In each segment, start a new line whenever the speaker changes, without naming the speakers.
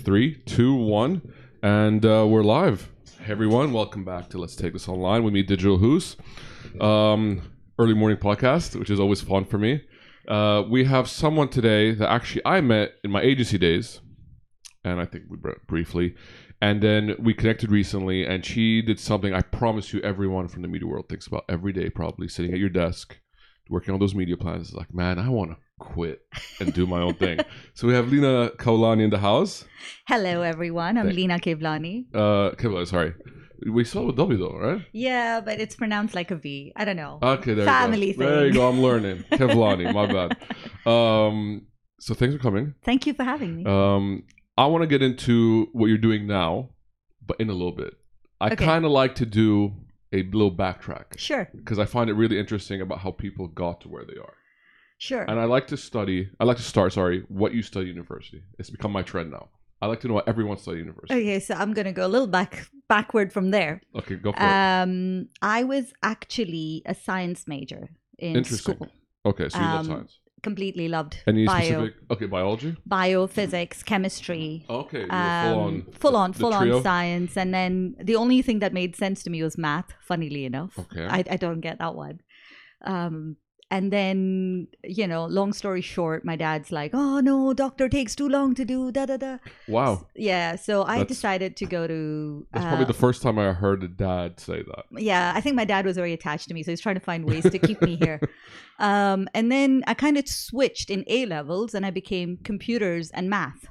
three, two, one, and uh, we're live. Hey everyone, welcome back to Let's Take This Online with me, Digital Who's, um, early morning podcast, which is always fun for me. Uh, we have someone today that actually I met in my agency days, and I think we br- briefly, and then we connected recently, and she did something I promise you everyone from the media world thinks about every day, probably sitting at your desk, working on those media plans. It's like, man, I want to quit and do my own thing. So we have Lina Kaulani in the house.
Hello, everyone. I'm
Thank-
Lina Kevlani.
Uh, Kevlar, sorry. We saw with W though, right?
Yeah, but it's pronounced like a V. I don't know.
Okay, there
Family
you go. There you
thing.
go. I'm learning. Kevlani, my bad. Um, so thanks for coming.
Thank you for having me.
Um, I want to get into what you're doing now, but in a little bit. I
Okay.
kind of like to do a little backtrack
sure,
because I find it really interesting about how people got to where they are.
sure.
And I like to study. I like to start. Sorry, what you study at university. It's become my trend now. I like to know what everyone studied at university.
Okay, so I'm gonna go a little back backward from there.
Okay, go for it.
Um, I was actually a science major in
Interesting.
school.
Okay, so you love
um,
science.
Completely loved
Any
bio,
specific? Okay, biology.
biophysics, chemistry.
Okay, you were full on.
Um, full on,
the
full
trio?
on science, and then the only thing that made sense to me was math. Funnily enough,
Okay.
I, I don't get that one. Um, and then you know, long story short, my dad's like, "Oh no, doctor takes too long to do da da da."
Wow,
Yeah, so I
That's-
decided to go to.
that's
uh,
probably the first time I heard a dad say that.
yeah, I think my dad was very attached to me, so he's trying to find ways to keep me here. Um, and then I kind of switched in A levels, and I became computers and math.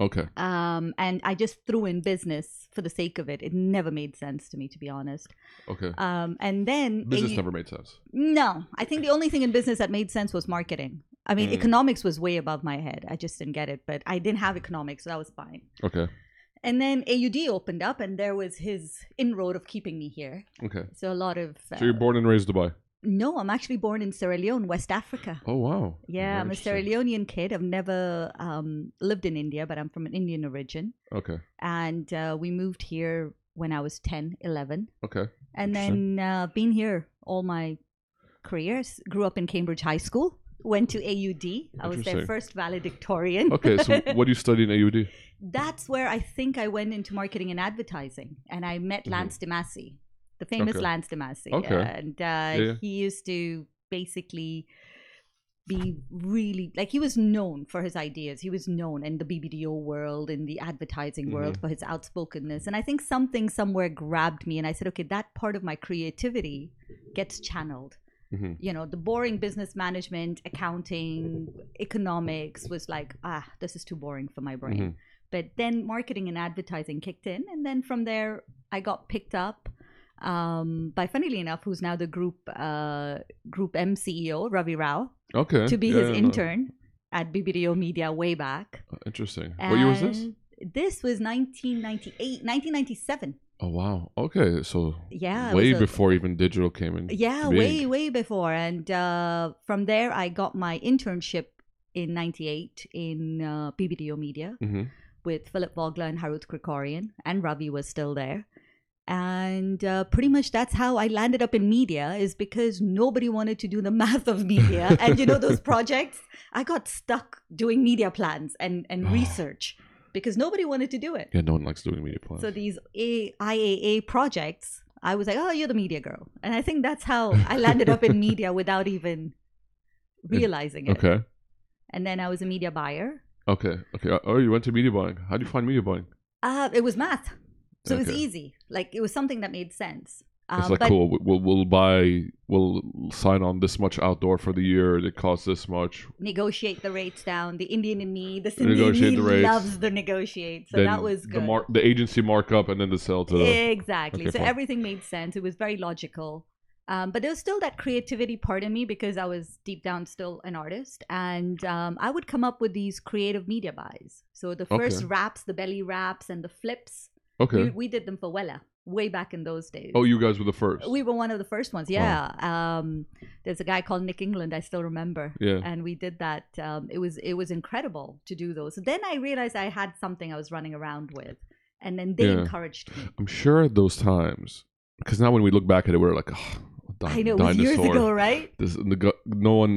Okay,
Um, and I just threw in business for the sake of it. It never made sense to me, to be honest.
okay.
Um, and then
Business
AU
never made sense.
no, I think the only thing in business that made sense was marketing. I mean,
Mm.
economics was way above my head. I just didn't get it, but I didn't have economics, so that was fine.
Okay,
And then AUD opened up, and there was his inroad of keeping me here.
okay.
So a lot of. Uh,
So you're born and raised in Dubai.
no, I'm actually born in Sierra Leone, West Africa.
Oh wow.
Yeah, I'm a Sierra
Interesting.
Leonean kid. I've never um, lived in India, but I'm from an Indian origin.
Okay,
And uh, we moved here when I was 10, 11.
okay.
And then uh, been here all my careers. Grew up in Cambridge High School. Went to AUD. I was
Interesting.
their first valedictorian.
Okay, so what do you study in AUD?
That's where I think I went into marketing and advertising, and I met
Mhm.
Lance DeMasi, the famous
Okay.
Lance DeMasi,
Okay.
and uh,
yeah.
he used to basically be really like he was known for his ideas. He was known in the BBDO world, in the advertising
Mm-hmm.
world, for his outspokenness, and I think something somewhere grabbed me, and I said, okay, that part of my creativity gets channeled
hmm
you know the boring business management accounting economics was like ah this is too boring for my brain
Mhm.
but then marketing and advertising kicked in and then from there i got picked up um, by funnily enough who's now the group uh, group m ceo ravi rao
Okay.
to be
yeah,
his
yeah, no.
intern at bbdo media way back
Uh, Interesting. What year was this?
And this was 1998 1997
Oh wow. Okay, so
yeah it
way
was a-
before even digital came in.
yeah way
being.
way before and uh, from there i got my internship in 98 in uh, bbdo media
hmm
with philip vogler and harut krikorian and ravi was still there and uh, pretty much that's how i landed up in media is because nobody wanted to do the math of media and you know those projects i got stuck doing media plans and
Ah.
and research because nobody wanted to do it
Yeah, no one likes doing media plans.
so these A- IAA projects, I was like, oh, you're the media girl. And I think that's how I landed up in media without even realizing it.
okay.
And then I was a media buyer.
Okay. Okay. Uh, Oh, you went to media buying. How do you find media buying?
Uh, it was math. So it was
Okay.
easy. Like it was something that made sense. Um,
It's like
but
cool. we- We'll we'll buy. We'll sign on this much outdoor for the year. It costs this much.
negotiate the rates down. The Indian in me, the Sindhi in
Negotiate
me
the rates.
loves the negotiate. So
Then
that was good. Eh,
The, mar- the agency markup and then the sale to. the
Exactly.
Okay,
so
fine.
everything made sense. It was very logical. Um, but there was still that creativity part in me because I was deep down still an artist. And um, I would come up with these creative media buys. So the
Okay.
first wraps, the belly wraps, and the flips,
Okay.
we, we did them for Wella way back in those days.
oh, you guys were the first.
Uh, We were one of the first ones. Yeah. Um, there's a guy called Nick England. I still remember.
Yeah.
And we did that. Um, it was it was incredible to do those. So then I realized I had something I was running around with, and then they
Yeah.
encouraged me.
I'm sure at those times, because now when we look back at it, we're like, oh,
I know it was years ago, right?
This, the, gu- no one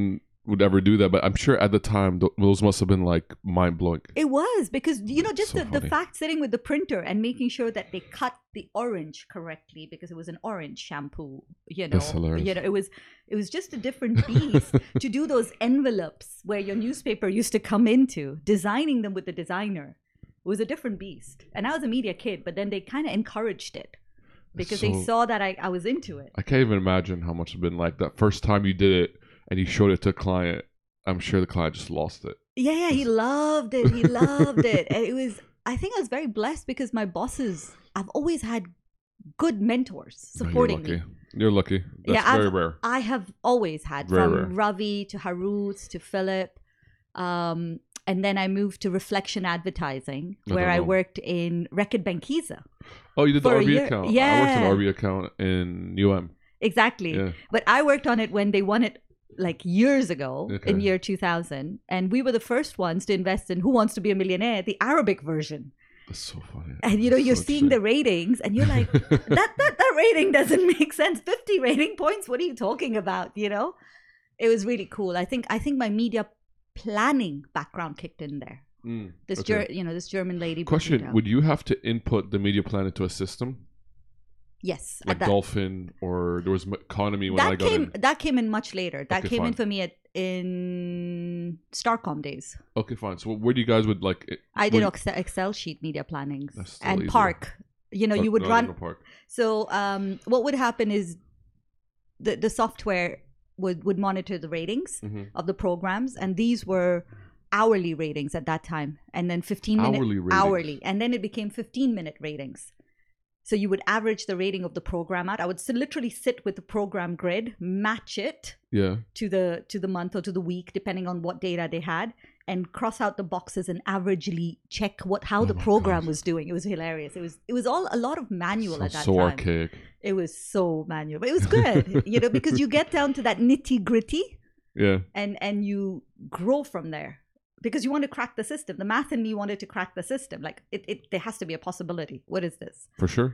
would ever do that, but I'm sure at the time th- those must have been like mind blowing.
It was because you know just
So
the, the
funny.
fact sitting with the printer and making sure that they cut the orange correctly because it was an orange shampoo. You know,
That's hilarious.
you know it was it was just a different beast to do those envelopes where your newspaper used to come into. Designing them with the designer was a different beast, and I was a media kid, but then they kind of encouraged it because they
So-
saw that I, I was into it.
I can't even imagine how much it's been like that first time you did it and you showed it to a client. I'm sure the client just lost it.
Yeah, yeah, he loved it. He loved it. And it was I think I was very blessed because my bosses I've always had good mentors
No,
supporting
Oh, You're
me.
lucky. You're lucky. That's
Yeah, I've-
very rare.
I have always had
Very
from
rare.
Ravi to Harut to Philip. Um and then I moved to Reflection Advertising,
I
where
don't
I
know.
worked in Record Bankiza.
Oh, you did the
for a
RB
year-
account. I worked
yeah.
an RB account in UM.
Exactly.
Yeah.
But I worked on it when they won it like years ago in
Okay.
year 2000. And we were the first ones to invest in Who Wants to Be a Millionaire, the Arabic version.
That's so funny.
And you know,
That's
you're
so
seeing the ratings and you're like,
interesting.
that, that that rating doesn't make sense. Fifty rating points. What are you talking about? You know, it was really cool. I think I think my media planning background kicked in there.
Mm.
This
Okay.
Ger- you know this German lady. broke me
Question:
down.
Would you have to input the media plan into a system
yes,
like
at that
Dolphin or there was m- economy when I
that
got
came
in?
that came in much later. That
Okay,
came in
fine.
for me at in Starcom days.
Okay, fine. So where do you guys would like? it-
I did
Wait.
Excel, Excel sheet media plannings
That's still
and
easier.
Park. You know,
Oh,
you would
no,
run
Luna Park.
So um, what would happen is the the software would would monitor the ratings
Mhm.
of the programs, and these were hourly ratings at that time, and then fifteen minute
Hourly ratings.
hourly, and then it became fifteen minute ratings. So you would average the rating of the program out. I would s- literally sit with the program grid, match it
Yeah.
to the to the month or to the week, depending on what data they had, and cross out the boxes and averagely check what how
Oh
the
my
program
God.
was doing. It was hilarious. It was it was all a lot of manual
so,
at that
so
time
archaic.
it was so manual but it was good you know because you get down to that nitty gritty
Yeah.
and and you grow from there because you want to crack the system the math in me wanted to crack the system like it, it there has to be a possibility what is this
For sure.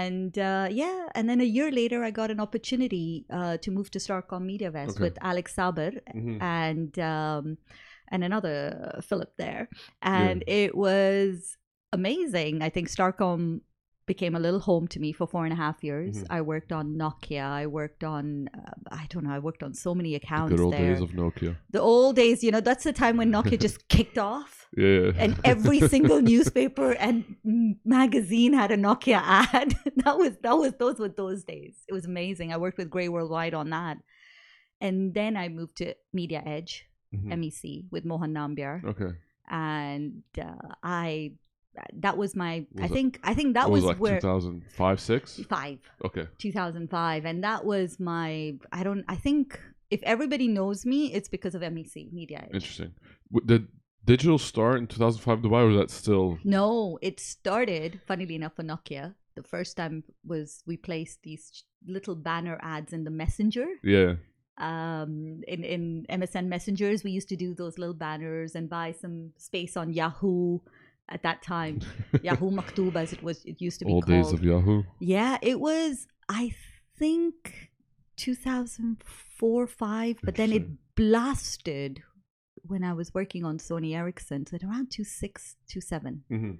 and uh, yeah and then a year later i got an opportunity uh, to move to starcom mediavest
Okay.
with alex saber
Mhm.
and um, and another uh, Philip there, and it was amazing. I think Starcom became a little home to me for four and a half years.
Mhm.
I worked on Nokia. I worked on uh, I don't know. I worked on so many
The
accounts
good old
there.
days of Nokia.
the old days, you know, that's the time when Nokia just kicked off.
Yeah.
And every single newspaper and m- magazine had a Nokia ad. that was that was those were those days. It was amazing. I worked with Grey Worldwide on that, and then I moved to Media Edge,
Mhm.
MEC E with Mohan Nambiar,
Okay.
and uh, I that was my I
Was it-
think I think
What
that was,
like
where
2005, 6?
five
Okay.
2005, and that was my I don't I think if everybody knows me, it's because of MEC Media Edge.
Interesting. W- Did digital start in 2005 Dubai or was that still?
No, it started funnily enough for Nokia. The first time was we placed these little banner ads in the messenger
Yeah.
um, in in MSN messengers. We used to do those little banners and buy some space on Yahoo at that time. Yahoo Maktub, as it was, it used to be
Old
called.
days of Yahoo.
yeah, it was. I think 2004, five, but then it
Interesting.
blasted when I was working on Sony Ericsson. So at around two six, two seven,
hmm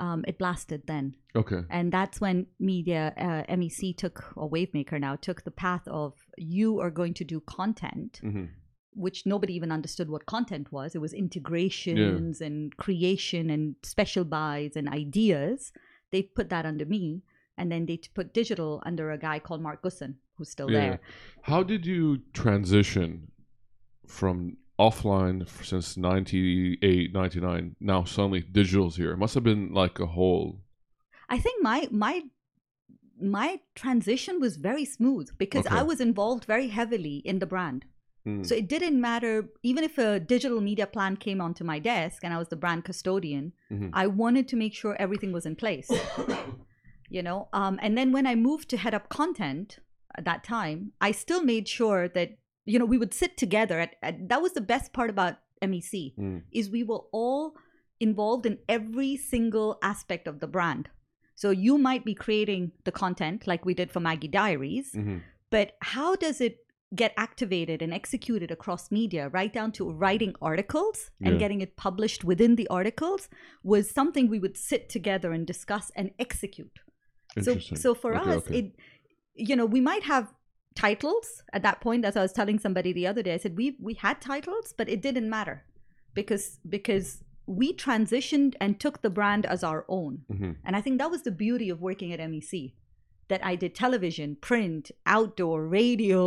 um, it blasted then
Okay.
and that's when media uh, MEC took or Wavemaker now took the path of you are going to do content,
hmm
which nobody even understood what content was. It was integrations and creation and special buys and ideas. They put that under me, and then they t- put digital under a guy called Mark Gusson, who's still
Yeah.
there.
How did you transition from offline f- since 98, 99, now suddenly digital's here? It must have been like a whole.
I think my my my transition was very smooth because
Okay.
I was involved very heavily in the brand.
Mm.
So it didn't matter, even if a digital media plan came onto my desk and I was the brand custodian,
Mhm.
I wanted to make sure everything was in place, you know? Um, and then when I moved to head up content at that time, I still made sure that, you know, we would sit together. At, at, that was the best part about MEC
Mm.
is we were all involved in every single aspect of the brand. So you might be creating the content like we did for Maggie Diaries,
Mhm.
but how does it get activated and executed across media, right down to writing articles and
Yeah.
getting it published within the articles, was something we would sit together and discuss and execute. So,
Interesting.
so for
Okay,
us,
okay.
it, you know, we might have titles at that point. As I was telling somebody the other day, I said we we had titles, but it didn't matter because because we transitioned and took the brand as our own.
Mhm.
And I think that was the beauty of working at MEC that I did television, print, outdoor, radio,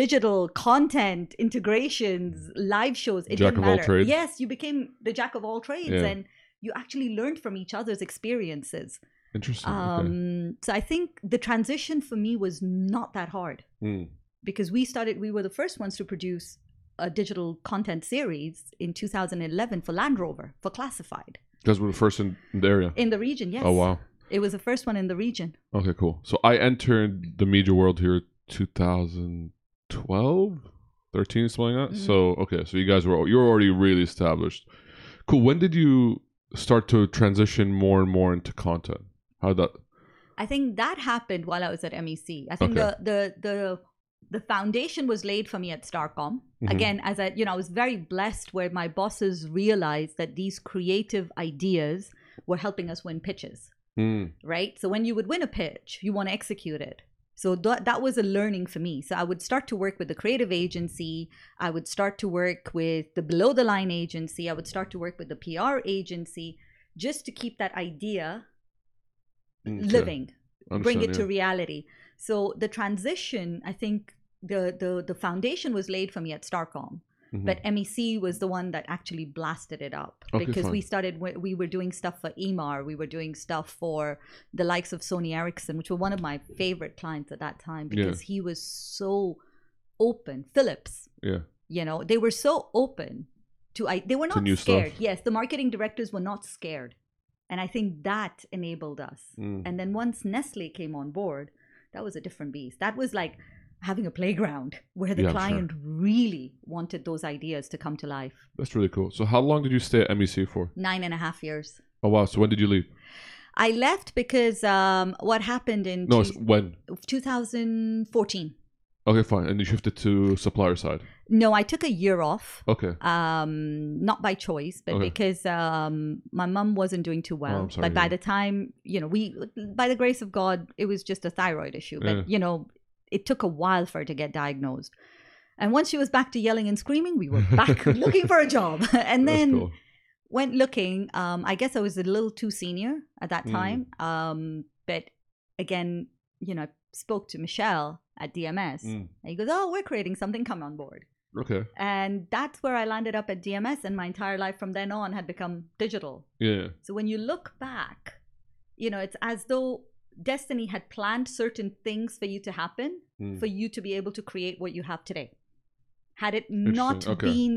digital content, integrations, live shows. It
Jack
didn't
of all
matter.
trades.
Yes, you became the jack of all trades
Yeah.
and you actually learned from each other's experiences.
Interesting. Oh, okay.
Um, so I think the transition for me was not that hard
Mm.
because we started we were the first ones to produce a digital content series in 2011 for Land Rover for classified
Because we're the first in in the area.
in the region yes
Oh wow.
it was the first one in the region
Okay, cool. So I entered the media world here 2012, 13, something like that.
Mhm.
So okay, so you guys were you were already really established. Cool. When did you start to transition more and more into content? How that?
I think that happened while I was at MEC. I think
Okay.
the the the the foundation was laid for me at Starcom.
Mhm.
Again, as I you know, I was very blessed where my bosses realized that these creative ideas were helping us win pitches,
Mm,
right? So when you would win a pitch, you want to execute it. So that that was a learning for me. So I would start to work with the creative agency, I would start to work with the below the line agency, I would start to work with the PR agency just to keep that idea
hmm, okay.
living bring it
Understand,
to
yeah.
reality. So the transition, I think the the the foundation was laid for me at Starcom,
Mhm.
but MEC was the one that actually blasted it up
Okay,
because we
fine.
started we- we were doing stuff for E Emar, we were doing stuff for the likes of Sony Ericsson, which were one of my favorite clients at that time
Yeah.
because he was so open. Philips,
yeah.
you know, they were so open to I they were
To
not
new stuff.
scared. Yes, the marketing directors were not scared. And I think that enabled us.
Mm.
And then once Nestle came on board, that was a different beast. That was like having a playground where the
Yeah, I'm sure.
client really wanted those ideas to come to life.
That's really cool. So how long did you stay at MEC for?
Nine and a half years.
Oh wow. So when did you leave?
I left because um, what happened in
No,
two-
it's when.
2014.
Okay, fine. And you shifted to supplier side.
No, I took a year off.
Okay.
Um, not by choice, but
Okay. Oh,
because um, my mum wasn't doing too well.
I'm sorry
but
to
by
hear.
the time, you know, we, by the grace of God, it was just a thyroid issue. But,
Yeah.
you know, it took a while for her to get diagnosed. And once she was back to yelling and screaming, we were back looking for a job. And
That's
then
cool.
went looking. Um, I guess I was a little too senior at that
Mm.
time. Um, but again, you know, I spoke to Michelle at DMS.
Mm.
And he goes, Oh, we're creating something, come on board.
Okay.
And that's where I landed up at DMS, and my entire life from then on had become digital.
Yeah.
So when you look back, you know, it's as though destiny had planned certain things for you to happen
Mm.
for you to be able to create what you have today. Had it not
Interesting, okay.
been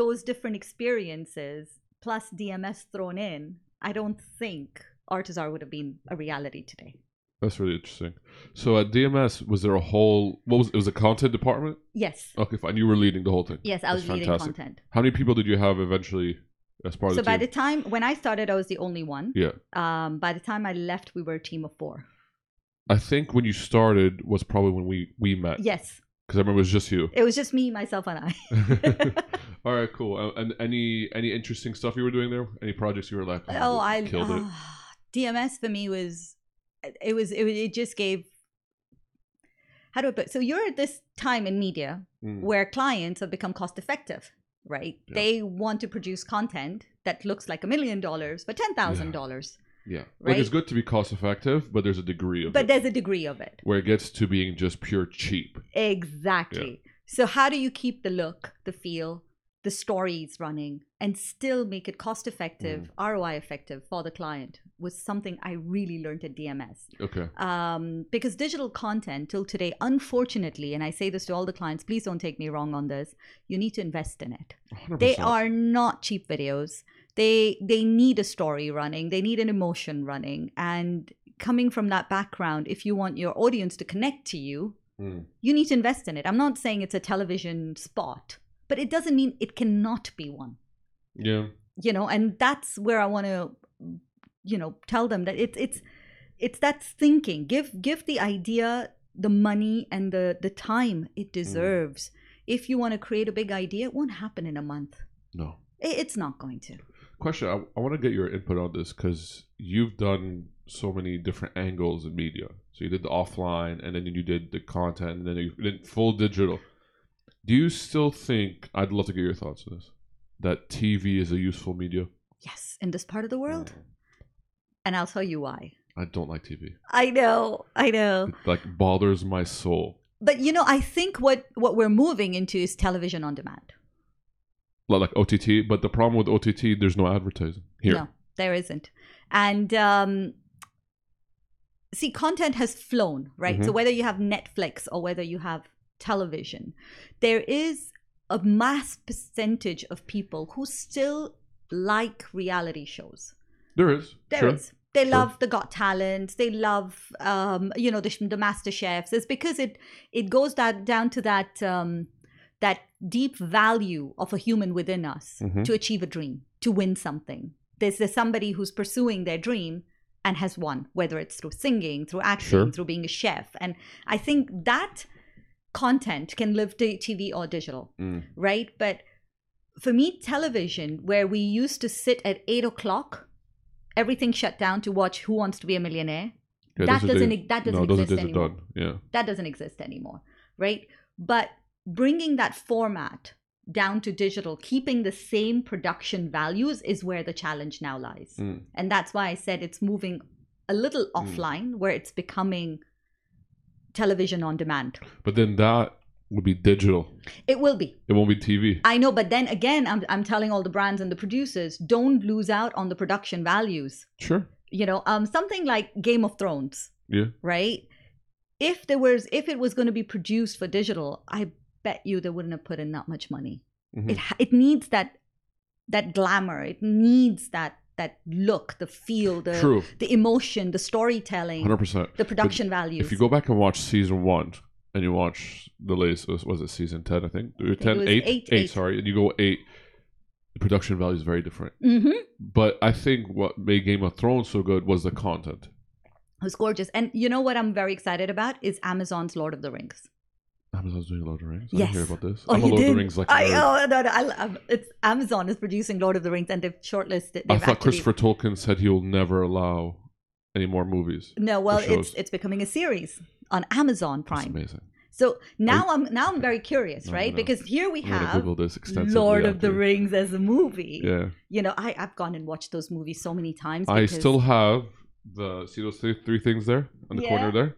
those different experiences plus DMS thrown in, I don't think Artizar would have been a reality today.
That's really interesting. So at DMS, was there a whole? What was it? Was a content department?
Yes.
Okay, fine. You were leading the whole thing.
Yes, I was
That's
leading
fantastic.
content.
How many people did you have eventually as part
So
of the
by the
team?
time when I started, I was the only one.
yeah,
Um, by the time I left, we were a team of four.
I think when you started was probably when we we met.
Yes,
because I remember it was just you.
it was just me, myself, and I.
All right, cool. Uh, And any any interesting stuff you were doing there? Any projects you were like?
oh, I
killed it.
ah, DMS for me was it was it, was- it just gave. How do I put? So you're at this time in media
Mm.
where clients have become cost effective, right?
Yeah.
They want to produce content that looks like a million dollars for ten thousand dollars,
Yeah,
right?
like it's good to be cost effective, but there's a degree of
but
it
there's a degree of it.
where it gets to being just pure cheap.
Exactly. So how do you keep the look, the feel, the stories running and still make it cost effective, ROI effective for the client was something I really learned at DMS.
Okay.
Um, because digital content till today, unfortunately, and I say this to all the clients, please don't take me wrong on this, you need to invest in it.
100%.
They are not cheap videos. They they need a story running, they need an emotion running. And coming from that background, if you want your audience to connect to you,
Mm.
you need to invest in it. I'm not saying it's a television spot, but it doesn't mean it cannot be one.
Yeah.
You know, and that's where I want to, you know, tell them that it's it's it's that thinking. Give give the idea the money and the the time it deserves. If you want to create a big idea, it won't happen in a month.
No.
I- It's not going to.
Question I, I want to get your input on this because you've done so many different angles in media. So you did the offline and then you did the content and then you did full digital. Do you still think, I'd love to get your thoughts on this, that TV is a useful media?
Yes, in this part of the world, and I'll tell you why.
I don't like TV.
I know, I know.
It like bothers my soul.
But you know, I think what what we're moving into is television on demand.
Like, like OTT, but the problem with OTT, there's no advertising here.
No, there isn't. And um, see, content has flown, right? So whether you have Netflix or whether you have television, there is a mass percentage of people who still like reality shows.
There is.
There is.
sure.
They
Sure.
love the Got Talent. They love, um, you know, the, the Master Chefs. It's because it it goes that down to that um, that deep value of a human within us
Mhm.
to achieve a dream, to win something. There's, there's somebody who's pursuing their dream and has won, whether it's through singing, through acting,
Sure.
through being a chef. And I think that content can live to TV or digital,
Mm.
right? But for me, television, where we used to sit at eight o'clock, everything shut down to watch Who Wants to Be a Millionaire.
Yeah,
That
those are
doesn't
days-
e- that doesn't
no, those are
exist
days are
anymore.
done. Yeah.
That doesn't exist anymore, right? But bringing that format down to digital, keeping the same production values is where the challenge now lies.
Mm.
And that's why I said it's moving a little offline where it's becoming television on demand.
But then that would be digital.
It will be.
It won't be TV.
I know, but then again, I'm, I'm telling all the brands and the producers don't lose out on the production values.
Sure.
You know, um, something like Game of Thrones,
Yeah.
right? If there was, if it was going to be produced for digital, I bet you they wouldn't have put in that much money.
Mhm.
It ha It needs that that glamour. It needs that that look, the feel, the
True.
the emotion, the storytelling,
Hundred percent.
the production values.
If you go back and watch season one and you watch the latest, was, was it season ten? I think Or 10,
was
eight?
eight, eight.
Sorry, and you go eight. The production value is very different.
hmm
But I think what made Game of Thrones so good was the content.
It was gorgeous. And you know what I'm very excited about is Amazon's Lord of the Rings.
Amazon's doing Lord of the Rings. I
Yes.
didn't hear about this.
Oh,
I'm a
you
Lord
did?
of the Rings like
I,
nerd.
oh, no, no, I, I'm- it's Amazon is producing Lord of the Rings, and they've shortlisted. They've
I thought
actually-
Christopher Tolkien said he will never allow any more movies.
No, well,
shows.
it's it's becoming a series on Amazon
That's
Prime.
amazing.
So now I'm now I'm very curious,
No,
right?
no.
Because here we
I'm gonna
have
Google this extensively.
Lord of the
after.
Rings as a movie.
Yeah.
You know, I I've gone and watched those movies so many times.
I
because-
still have the see those three, three things there on the
Yeah.
corner there.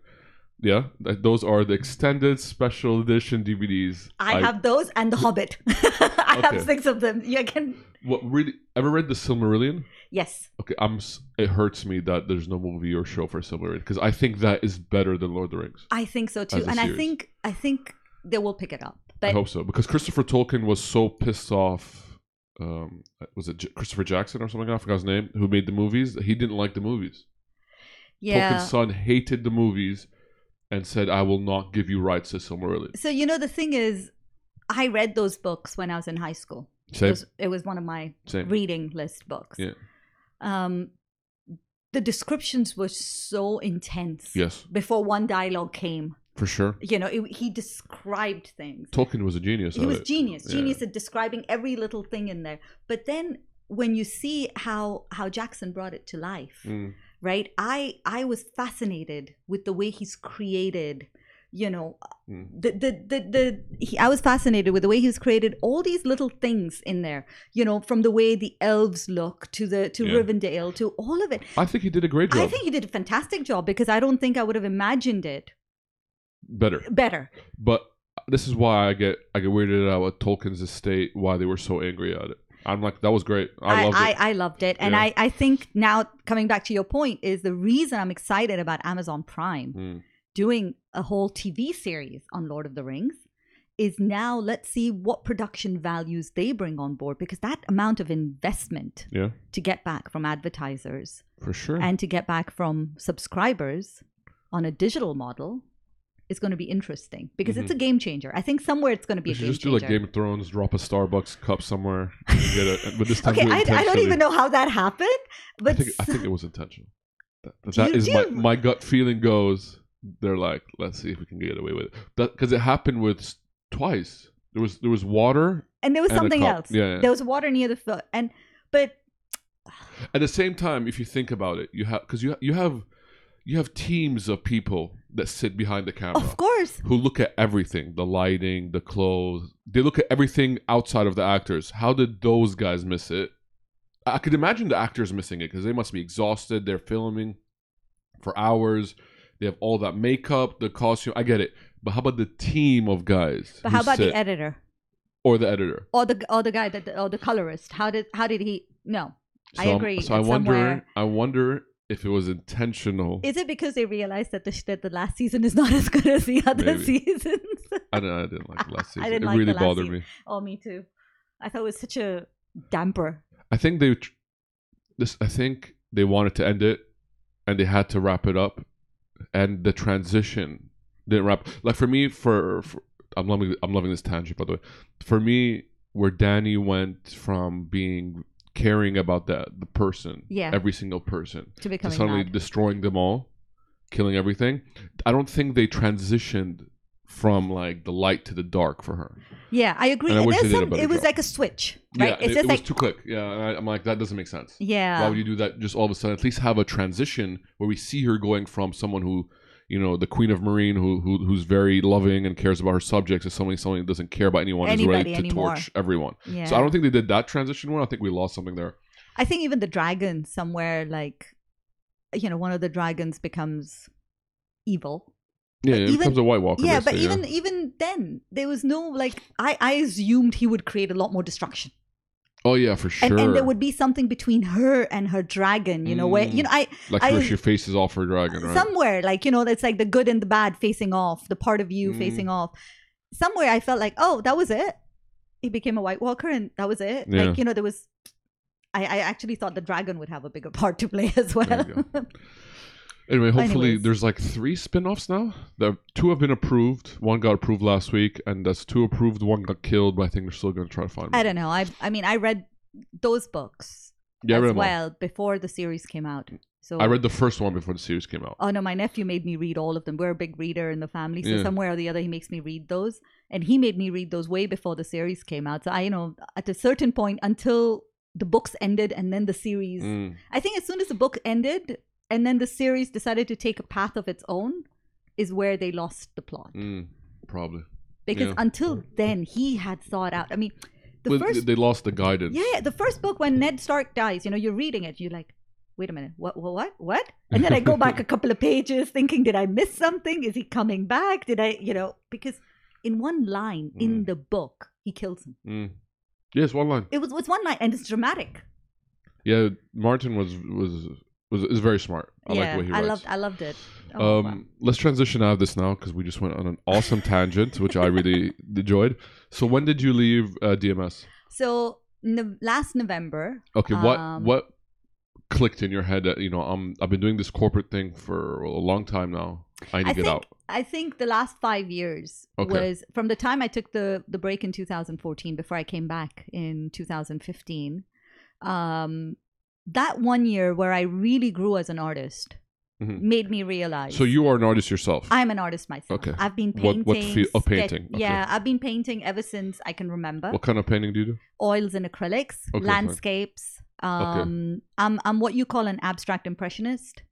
Yeah, th- those are the extended special edition DVDs.
I, have those and The Hobbit. I have
Okay.
six of them. You can
What really ever read the Silmarillion?
yes.
Okay, I'm. s- It hurts me that there's no movie or show for Silmarillion because I think that is better than Lord of the Rings.
I think so too,
As a
and I
series.
think I think they will pick it up.
I
But
hope so because Christopher Tolkien was so pissed off. Um, was it J- Christopher Jackson or something? I forgot his name. Who made the movies? He didn't like the movies.
yeah,
Tolkien's son hated the movies, and said, "I will not give you rights to Silmarillion."
so you know the thing is, I read those books when I was in high school. It
Same,
was, it was one of my
same.
reading list books.
Yeah.
Um, the descriptions were so intense.
Yes,
Before one dialogue came,
for sure.
you know, it, he described things.
Tolkien was a genius.
He
at
was
it.
genius,
Yeah.
genius at describing every little thing in there. But then when you see how how Jackson brought it to life,
Mm.
right? I I was fascinated with the way he's created. You know,
Mm.
the the the, the he, I was fascinated with the way he's created all these little things in there. You know, from the way the elves look to the to
Yeah.
Rivendell to all of it.
I think he did a great job.
I think he did a fantastic job because I don't think I would have imagined it
Better,
better.
but this is why I get I get weirded out at Tolkien's estate. Why they were so angry at it. I'm like, that was great. I,
I,
loved
I,
it.
I loved it. And
Yeah.
I, I think now, coming back to your point, is the reason I'm excited about Amazon Prime
Mm.
doing a whole TV series on Lord of the Rings is now let's see what production values they bring on board because that amount of investment
Yeah,
to get back from advertisers
for sure.
and to get back from subscribers on a digital model is going to be interesting because it's a game changer. I think somewhere it's going to be
Mm-hmm. we
a
should
game
just do
changer.
like Game of Thrones. Drop a Starbucks cup somewhere. And get it. And- But this time,
okay,
do it
I, I don't
intentionally.
even know how that happened,
I
but
think I think it was intentional. That,
Do
that
you-
is
do
my
you-
my gut feeling goes. they're like, let's see if we can get away with it. That because it happened with s- twice. There was there was water
and there was
and a
something
cup.
else.
Yeah, yeah.
There was water near the foot, and but
At the same time, if you think about it, you have because you you have you have teams of people that sit behind the camera
of course,
who look at everything, the lighting, the clothes. They look at everything outside of the actors. How did those guys miss it? I I could imagine the actors missing it because they must be exhausted. They're filming for hours. They have all that makeup, the costume. I get it. But how about the team of guys?
but
who
how about
sit-
the editor
or the editor?
or the or the guy that or the colorist? How did how did he? No, I
I'm-
agree.
So I
It's
wonder.
somewhere-
I wonder if it was intentional.
is it because they realized that the sh- that the last season is not as good as the other
Maybe.
seasons?
I don't. I didn't like the last
I
season.
didn't
it
like the
really
last
bothered
season.
me.
oh, me too. I thought it was such a damper.
I think they. tr- This. I think they wanted to end it, and they had to wrap it up, and the transition didn't wrap. Like for me, for, for I'm loving. I'm loving this tangent by the way. For me, where Danny went from being caring about the the person,
Yeah.
every single person,
To
to
becoming
suddenly
mad.
destroying them all, killing everything. I don't think they transitioned from like the light to the dark for her.
yeah, I agree.
and I wish
There's
they did a
some-
better
it was
job.
like a switch, right?
Yeah, it,
it's
it
just
was
like
too quick. Yeah, and I, I'm like that doesn't make sense.
yeah,
Why would you do that? Just all of a sudden, at least have a transition where we see her going from someone who, you know, the Queen of Marine, who, who who's very loving and cares about her subjects, to someone someone who doesn't care about anyone, is ready
Anybody
to
anymore.
torch everyone.
yeah.
So I don't think they did that transition well. I think we lost something there.
I think even the dragon somewhere like you know one of the dragons becomes evil.
Yeah, it
even-
becomes a White Walker.
yeah, but
basically,
even even then there was no like I I assumed he would create a lot more destruction.
oh yeah, for sure. Mm.
And and there would be something between her and her dragon, you know, where you know I
like
I-
your, your face is off for a dragon, right?
somewhere like you know it's like the good and the bad facing off, the part of you
Mm.
facing off. Somewhere I felt like, "Oh, that was it." He became a white walker and that was it.
Yeah.
Like, you know, there was I, I actually thought the dragon would have a bigger part to play as
There
well.
you go. Anyway, hopefully
Anyways.
there's like three spin-offs now. The two have been approved. One got approved last week, and that's two approved. One got killed, but I think they're still going to try to find.
I
one.
don't know. I I mean, I read those books
yeah, I read
as
them all.
well before the series came out. So
I read the first one before the series came out.
Oh no, my nephew made me read all of them. We're a big reader in the family, so
Yeah.
somewhere or the other, he makes me read those, and he made me read those way before the series came out. So I, you know, at a certain point, until the books ended, and then the series.
Mm.
I think as soon as the book ended, and then the series decided to take a path of its own, is where they lost the plot.
Mm, probably.
Because
Yeah. Mm.
until then, he had thought out. I mean, the
Well,
first
they lost the guidance.
Yeah, yeah, the first book when Ned Stark dies, you know, you're reading it, you're like, wait a minute, what, what, what, what? And then I go back a couple of pages, thinking, did I miss something? Is he coming back? Did I, you know, because in one line in the book, he kills him.
Mm. Yes, one line.
It was it's one line, and it's dramatic.
Yeah, Martin was was was is very smart. I like
yeah,
the way he
I
writes.
loved, I loved it. Oh,
Um,
wow.
Let's transition out of this now because we just went on an awesome tangent, which I really enjoyed. So, when did you leave uh, DMS?
So no, last November,
Okay, what
Um,
what clicked in your head that you know I'm I've been doing this corporate thing for a long time now. I need to get
I think
out.
I think the last five years
Okay.
was from the time I took the the break in 2014 before I came back in 2015. Um, that one year where I really grew as an artist
Mhm.
made me realize.
So you are an artist yourself.
I'm an artist myself.
Okay.
I've been
What-
painting.
what field- oh,
sketch-
painting, okay.
Yeah, I've been painting ever since I can remember.
what kind of painting do you do?
Oils and acrylics,
Okay, fine.
landscapes. Um, I'm I'm what you call an abstract impressionist.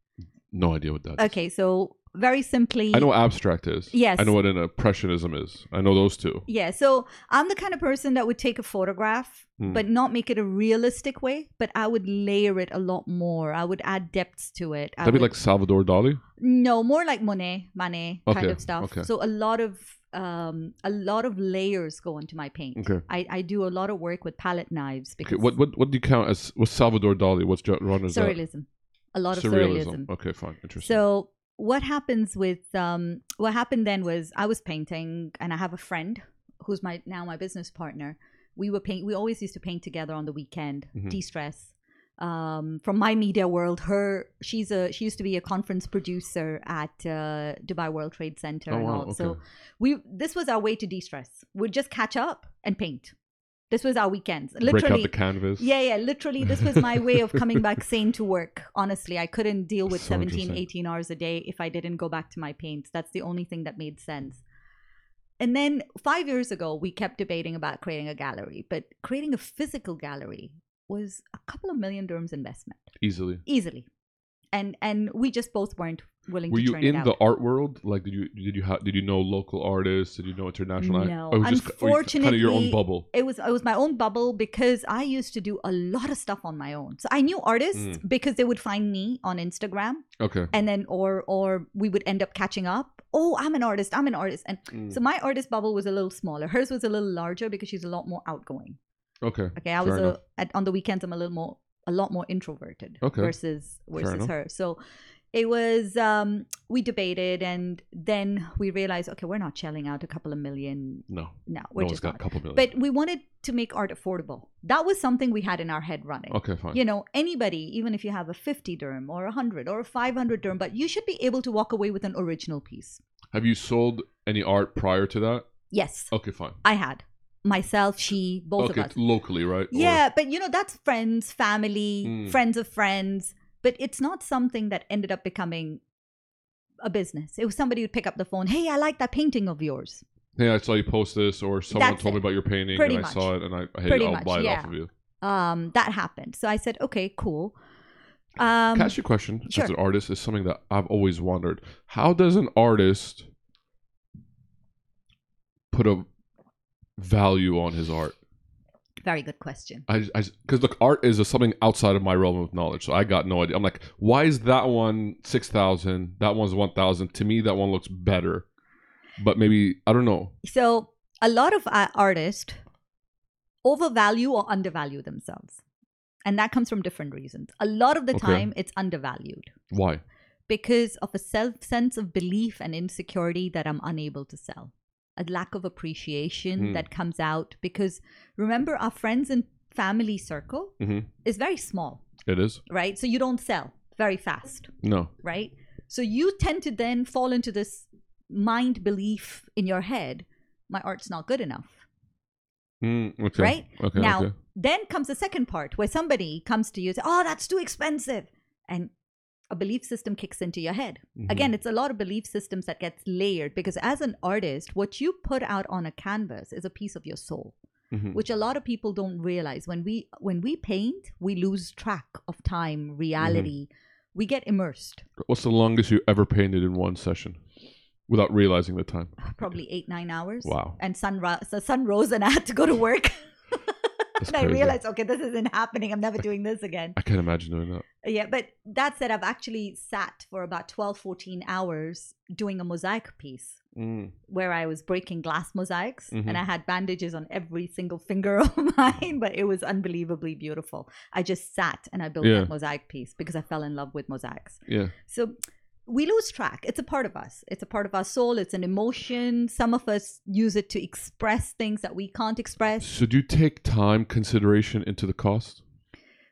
No idea what that. is.
Okay, so very simply,
I know what abstract is.
Yes.
I know what an impressionism is. I know those two.
Yeah, so I'm the kind of person that would take a photograph,
Hmm.
but not make it a realistic way. But I would layer it a lot more. I would add depths to it. I
That'd be
would-
like Salvador Dali.
no more like Monet, Manet kind
Okay,
of stuff.
okay.
So a lot of um, a lot of layers go into my paint.
Okay.
I, I do a lot of work with palette knives because
Okay. What what what do you count as? What's Salvador Dali? What's genre is that?
surrealism, a lot of surrealism.
Okay, fine. Interesting.
So what happens with um what happened then was I was painting and I have a friend who's my now my business partner. We were paint we always used to paint together on the weekend,
Mhm.
de-stress. Um, from my media world, her she's a she used to be a conference producer at uh, Dubai World Trade Center
oh
and
wow.
all.
Okay.
So we this was our way to de-stress. We'd just catch up and paint. This was our weekends.
break out
Literally.
the canvas.
yeah, yeah, literally this was my way of coming back sane to work. Honestly, I couldn't deal with
So
17,
interesting.
18 hours a day if I didn't go back to my paint. That's the only thing that made sense. And then 5 years ago, we kept debating about creating a gallery, but creating a physical gallery was a couple of million dirhams investment
easily.
easily. And and we just both weren't willing
Were
to
you
turn
in
it out.
the art world? Like, did you did you ha- did you know local artists? Did you know international? act-
No.
or it was just kind of your own
Unfortunately-
bubble.
it was it was my own bubble because I used to do a lot of stuff on my own. So I knew artists
Mm.
because they would find me on Instagram
Okay.
and then or or we would end up catching up. Oh, I'm an artist. I'm an artist. And
Mm.
so my artist bubble was a little smaller. Hers was a little larger because she's a lot more outgoing.
Okay.
Okay, I
Fair
was
enough.
a, at, on the weekends. I'm a little more a lot more introverted
Okay.
versus versus
enough.
her. So it was um we debated and then we realized okay we're not shelling out a couple of million
No.
no we're
No one's
just
got a
not
couple million.
but we wanted to make art affordable. That was something we had in our head running.
okay, fine.
You know, anybody, even if you have a 50 dirham or a 100 or a 500 dirham, but you should be able to walk away with an original piece.
Have you sold any art prior to that?
Yes,
Okay, fine.
I had. Myself, she, both
okay,
of us.
locally, right? Or-
Yeah, but you know, that's friends, family,
Mm.
friends of friends. But it's not something that ended up becoming a business. It was somebody who'd pick up the phone, hey, I like that painting of yours.
hey, I saw you post this, or someone
That's
told
it.
me about your painting,
Pretty
and I
much.
saw it, and I hey,
Pretty
I'll
much,
buy it
yeah.
off of you.
Um, that happened. So I said, okay, cool. Um,
Can I ask you a question?
sure.
As an artist, is something that I've always wondered. How does an artist put a value on his art?
Um, very good question.
I because look, art is a, something outside of my realm of knowledge, so I got no idea. I'm like, why is that one six thousand? That one's one thousand. To me, that one looks better, but maybe I don't know.
So a lot of uh, artists overvalue or undervalue themselves. And that comes from different reasons. A lot of the
Okay.
time, it's undervalued
Why?
because of a self sense of belief and insecurity that I'm unable to sell, a lack of appreciation
Hmm.
that comes out because remember, our friends and family circle
Mhm.
is very small,
It is
right? So you don't sell very fast,
no.
right? So you tend to then fall into this mind belief in your head my art's not good enough.
Mm, okay.
Right?
Okay.
now,
okay.
then comes the second part where somebody comes to you and says, Oh, that's too expensive. And a belief system kicks into your head.
Mhm.
Again, it's a lot of belief systems that gets layered because as an artist, what you put out on a canvas is a piece of your soul,
Mhm.
which a lot of people don't realize. When we when we paint, we lose track of
Mm-hmm.
time, reality. We get immersed.
What's the longest you ever painted in one session, without realizing the time?
Probably eight, nine hours.
Wow.
And sun, ri- so sun rose and I had to go to work.
That's
and I
crazy.
realized, okay, this isn't happening. I'm never doing this again.
I can't imagine doing that.
Yeah, but that said, I've actually sat for about 12, 14 hours doing a mosaic piece
Mm.
where I was breaking glass mosaics
Mhm.
and I had bandages on every single finger of mine, but it was unbelievably beautiful. I just sat and I built
Yeah.
that mosaic piece because I fell in love with mosaics.
Yeah.
So we lose track. It's a part of us. It's a part of our soul. It's an emotion. Some of us use it to express things that we can't express.
So do you take time consideration into the cost?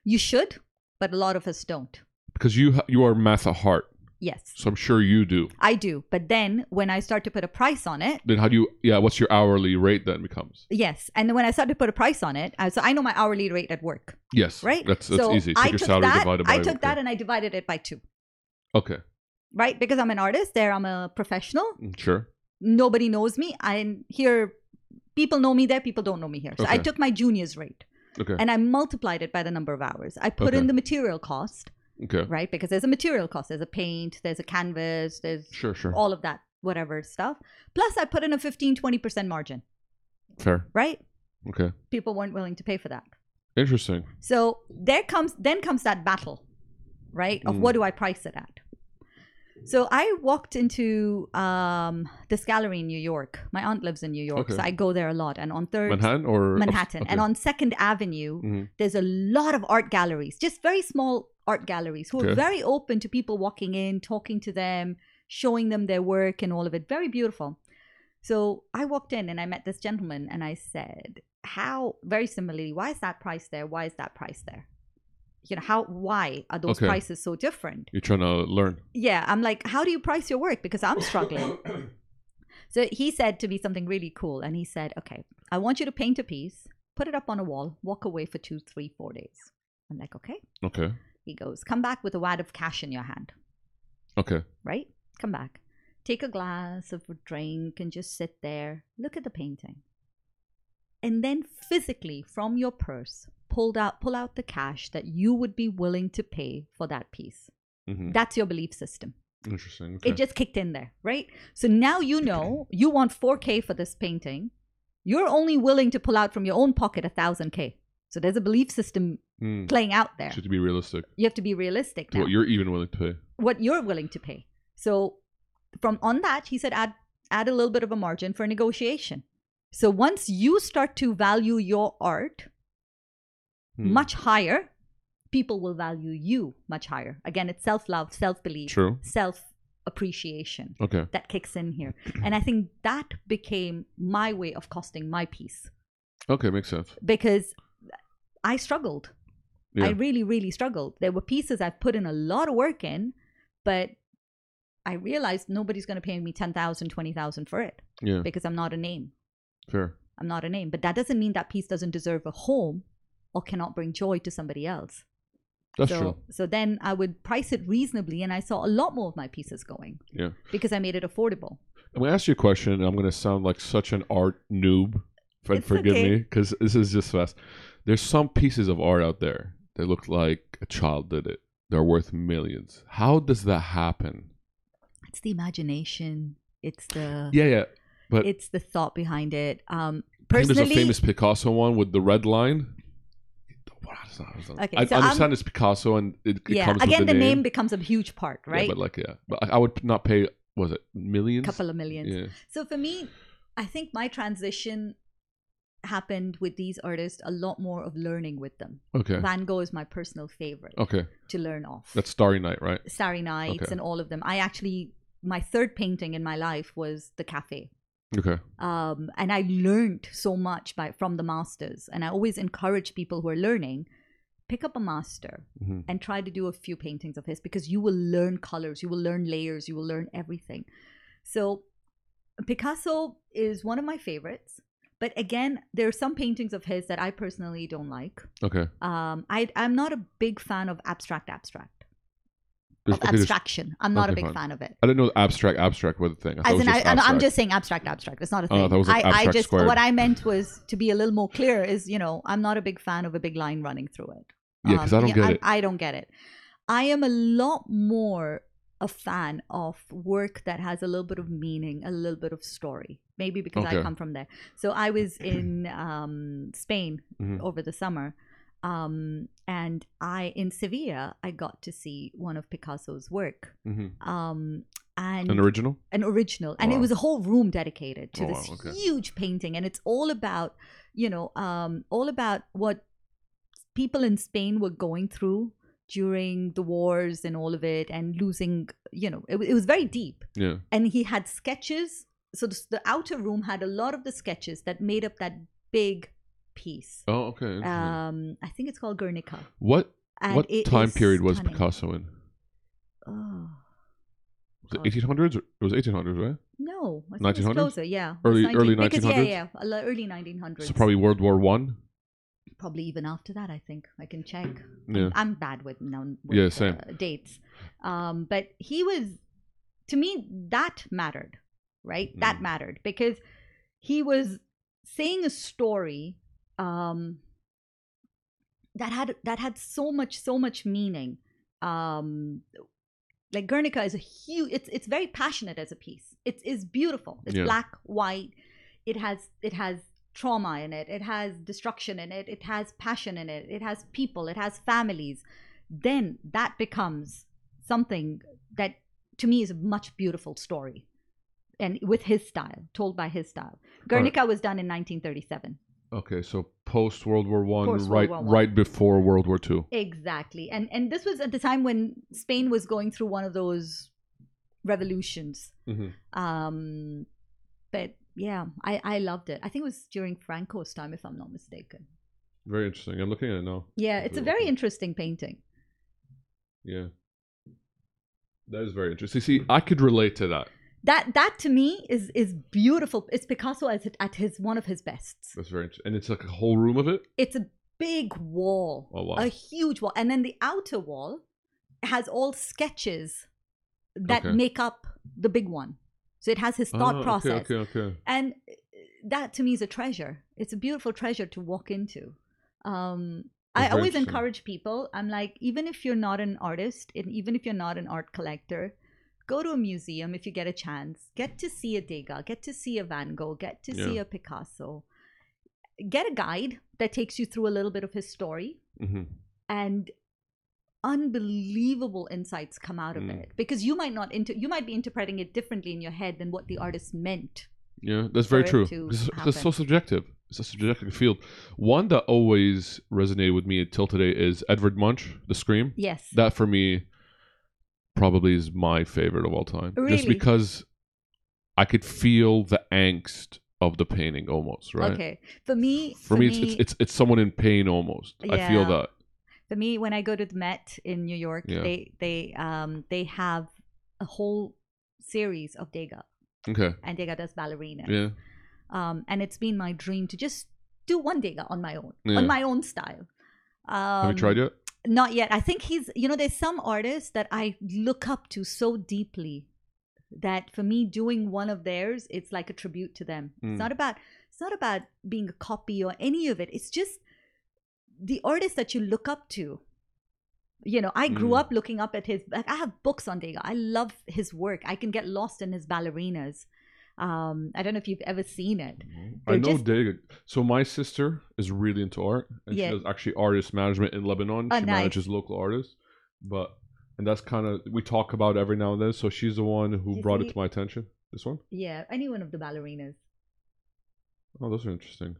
You should, but a lot of us don't.
Because you ha- you are math at heart,
Yes.
so I'm sure you do.
I do. But then when I start to put a price on it,
Then how do you? Yeah. What's your hourly rate then becomes?
yes. And then when I start to put a price on it, I, so I know my hourly rate at work,
Yes.
right?
That's that's
so
easy. Take
I
your
took
salary
that,
divided by.
I took that and I divided it by two,
okay.
right? Because I'm an artist, there I'm a professional.
Mm, Sure.
Nobody knows me. And here, people know me there, people don't know me here. So I
Okay.
took my junior's rate
Okay.
and I multiplied it by the number of hours. I put
Okay.
in the material cost,
okay.
right? Because there's a material cost, there's a paint, there's a canvas, there's
Sure. Sure.
all of that, whatever stuff. Plus, I put in a 15, 20% margin,
Fair.
right?
Okay.
people weren't willing to pay for that.
Interesting.
So there comes then comes that battle, right? Of
Mm.
what do I price it at? So I walked into um, this gallery in New York. My aunt lives in New York,
Okay.
so I go there a lot. And on third
Manhattan or
Manhattan.
Okay.
and on Second Avenue,
Mhm.
there's a lot of art galleries, just very small art galleries who are
Okay.
very open to people walking in, talking to them, showing them their work and all of it. Very beautiful. So I walked in and I met this gentleman and I said, How, very similarly, why is that price there? Why is that price there? You know, how, why are those
Okay.
prices so different?
You're trying to learn.
Yeah, I'm like, How do you price your work? Because I'm struggling. So he said to me something really cool, and he said, "Okay, I want you to paint a piece, put it up on a wall, walk away for two, three, four days. I'm like, okay.
Okay.
He goes, come back with a wad of cash in your hand,
Okay.
right? Come back. Take a glass of a drink and just sit there. Look at the painting. And then physically from your purse, pulled out pull out the cash that you would be willing to pay for that piece.
hmm
That's your belief system.
Interesting. Okay.
It just kicked in there, right? So now you know you want 4K for this painting. You're only willing to pull out from your own pocket a 1000K. So there's a belief system
Hmm.
playing out there.
Should be realistic
You have to be realistic
to
now.
what you're even willing to pay.
what you're willing to pay. So from on that, he said add add a little bit of a margin for negotiation. So once you start to value your art
Hmm.
much higher, people will value you much higher. Again, it's self love, self belief,
True.
self appreciation
Okay.
that kicks in here. And I think that became my way of costing my piece
Okay. Makes sense.
because I struggled.
Yeah.
I really, really struggled. There were pieces I've put in a lot of work in, but I realized nobody's going to pay me 10,000, 20,000 for it
yeah.
because I'm not a name.
Fair.
I'm not a name. But that doesn't mean that piece doesn't deserve a home or cannot bring joy to somebody else.
That's
so,
true.
so then I would price it reasonably, and I saw a lot more of my pieces going
Yeah.
because I made it affordable.
I'm gonna ask you a question. and I'm gonna sound like such an art noob. And
It's
forgive me,
okay.
'cause me, because this is just fast. There's some pieces of art out there that look like a child did it. They're worth millions. How does that happen?
It's the imagination. It's the
Yeah, yeah. But I
it's the thought behind it. Um,
think
personally,
there's a famous Picasso one with the red line. What is that? What is that?
Okay,
I
so I'm-
understand it's Picasso, and it, it
yeah.
comes
Again,
with the,
name. becomes a huge part,
Yeah,
right?
but like, yeah, but I I would not pay. Was it millions?
couple of millions.
Yeah.
So for me, I think my transition happened with these artists a lot more of learning with them.
Okay.
Van Gogh is my personal favorite
Okay.
to learn off.
Oh, That's Starry Night, right?
Starry Nights
Okay.
and all of them. I actually my third painting in my life was the cafe.
Okay.
Um, and I learned so much by from the masters. And I always encourage people who are learning, pick up a master
hmm
and try to do a few paintings of his because you will learn colors, you will learn layers, you will learn everything. So Picasso is one of my favorites, but again, there are some paintings of his that I personally don't like.
Okay.
Um, I I'm not a big fan of abstract abstract
There's-
of
okay, there's-
abstraction. I'm not a
okay,
big
fine.
fan of it.
I didn't know abstract abstract was the thing. I thought it
As
was
in, I,
just
I'm- I'm
abstract.
just saying abstract, abstract. It's not a
Oh,
thing.
that was like
I, I
abstract
just
squared.
what I meant was to be a little more clear. Is you know, I'm not a big fan of a big line running through it. Um,
Yeah, 'cause I don't get it.
I, I don't get it. I am a lot more a fan of work that has a little bit of meaning, a little bit of story. Maybe because
Okay.
I come from there. So I was in um, Spain
Mhm.
over the summer, um, and I in Sevilla I got to see one of Picasso's work,
Mhm.
um,
an original.
an original and it
Wow.
was a whole room dedicated to
Oh,
this
wow, okay.
huge painting and it's all about you know um all about what people in spain were going through during the wars and all of it and losing you know it, wa- it was very deep
Yeah.
and he had sketches so the, the outer room had a lot of the sketches that made up that big piece
Oh, okay. interesting.
um i think it's called guernica
what
and
what
it
time
is
period was
stunning.
Picasso in?
oh,
Was
God.
it 1800s? Or, it was 1800s, right?
no I think it was
1900s?
closer yeah it was
Early-
19
early
because, yeah
1900s?
yeah a lo- early 1900s
So probably World War One.
probably even after that i think i can check
Yeah.
i'm bad with, non- with
Mm. Yeah, same.
uh, dates um, but he was to me that mattered right that
Mm.
mattered because he was saying a story um, that had that had so much so much meaning um, like Guernica is a huge it's it's very passionate as a piece. It's it's beautiful. It's
Yeah.
black, white. It has it has trauma in it. It has destruction in it. It has passion in it. It has people. It has families. Then that becomes something that to me is a much beautiful story. And with his style, told by his style. Guernica was done in 1937.
Okay, so post World War One,
Post-World
right,
War One.
right before World War Two.
Exactly. And and this was at the time when Spain was going through one of those revolutions
Mm-hmm.
um but yeah i i loved it i think it was during franco's time if i'm not mistaken
Very interesting. I'm looking at it now.
yeah it's a very interesting painting
Yeah. That is very interesting. See, I could relate to that.
that that to me is is beautiful. It's Picasso at, at his one of his bests.
That's very interesting. And it's like a whole room of it.
It's a big wall,
Oh wow.
a huge wall, and then the outer wall has all sketches that
Okay.
make up the big one. So it has his thought
Ah,
process,
Okay, okay, okay.
and uh, that to me is a treasure. It's a beautiful treasure to walk into. Um, I
That's very
always
interesting.
encourage people. I'm like, even if you're not an artist, and even if you're not an art collector, go to a museum if you get a chance. Get to see a Degas, get to see a Van Gogh, get to see
Yeah.
a Picasso. Get a guide that takes you through a little bit of his story,
hmm
and unbelievable insights come out of
Mm.
it because you might not inter- you might be interpreting it differently in your head than what the artist meant.
Yeah, that's very
for it
true.
to
It's, it's so
happen.
subjective. It's a subjective field. One that always resonated with me until today is Edward Munch, The Scream.
Yes.
That for me probably is my favorite of all time. Just
Really?
because I could feel the angst of the painting almost, right?
Okay. For me,
For, me, it's, it's it's it's someone in pain almost. I feel
Yeah.
that.
for me when I go to the Met in New York,
Yeah.
they they um they have a whole series of Degas
Okay.
and Degas does ballerina.
Yeah.
Um, and it's been my dream to just do one Degas on my own,
Yeah.
on my own style. Um,
Have you tried yet?
Not yet. I think he's. You know, there's some artists that I look up to so deeply that for me, doing one of theirs, it's like a tribute to them.
Mm.
It's not about. It's not about being a copy or any of it. It's just the artist that you look up to. You know, I grew
Mm.
up looking up at his. Like, I have books on Degas. I love his work. I can get lost in his ballerinas. Um, I don't know if you've ever seen it.
I
They're
know
just-
Dagon. So my sister is really into art, and
Yeah.
she does actually artist management in Lebanon.
Oh,
she
nice.
manages local artists, but and that's kind of we talk about every now and then. So she's the one who
You
brought
see-
it to my attention. This one.
Yeah, any one of the ballerinas.
Oh, those are interesting.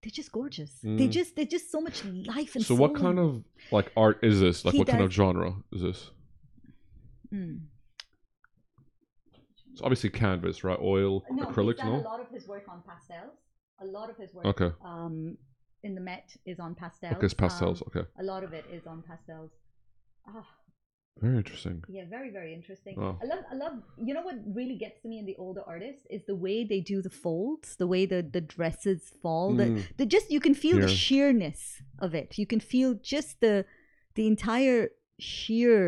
They're just gorgeous. They
Mm.
just they're just so much life and
so what
soul
kind
in
of like art is this? Like
He
what kind of
does-
genre is this?
Mm.
It's obviously canvas, right? Oil,
Uh, No,
acrylics,
he's done
no.
a lot of his work on pastels. A lot of his work
Okay.
um, in the Met is on pastels.
Okay, it's pastels.
Um,
okay,
a lot of it is on pastels. Ah,
very interesting.
yeah, very very interesting.
Wow.
I love, I love. You know what really gets to me in the older artists is the way they do the folds, the way the the dresses fall. The,
Mm.
the just you can feel the
Yeah.
sheerness of it. You can feel just the the entire sheer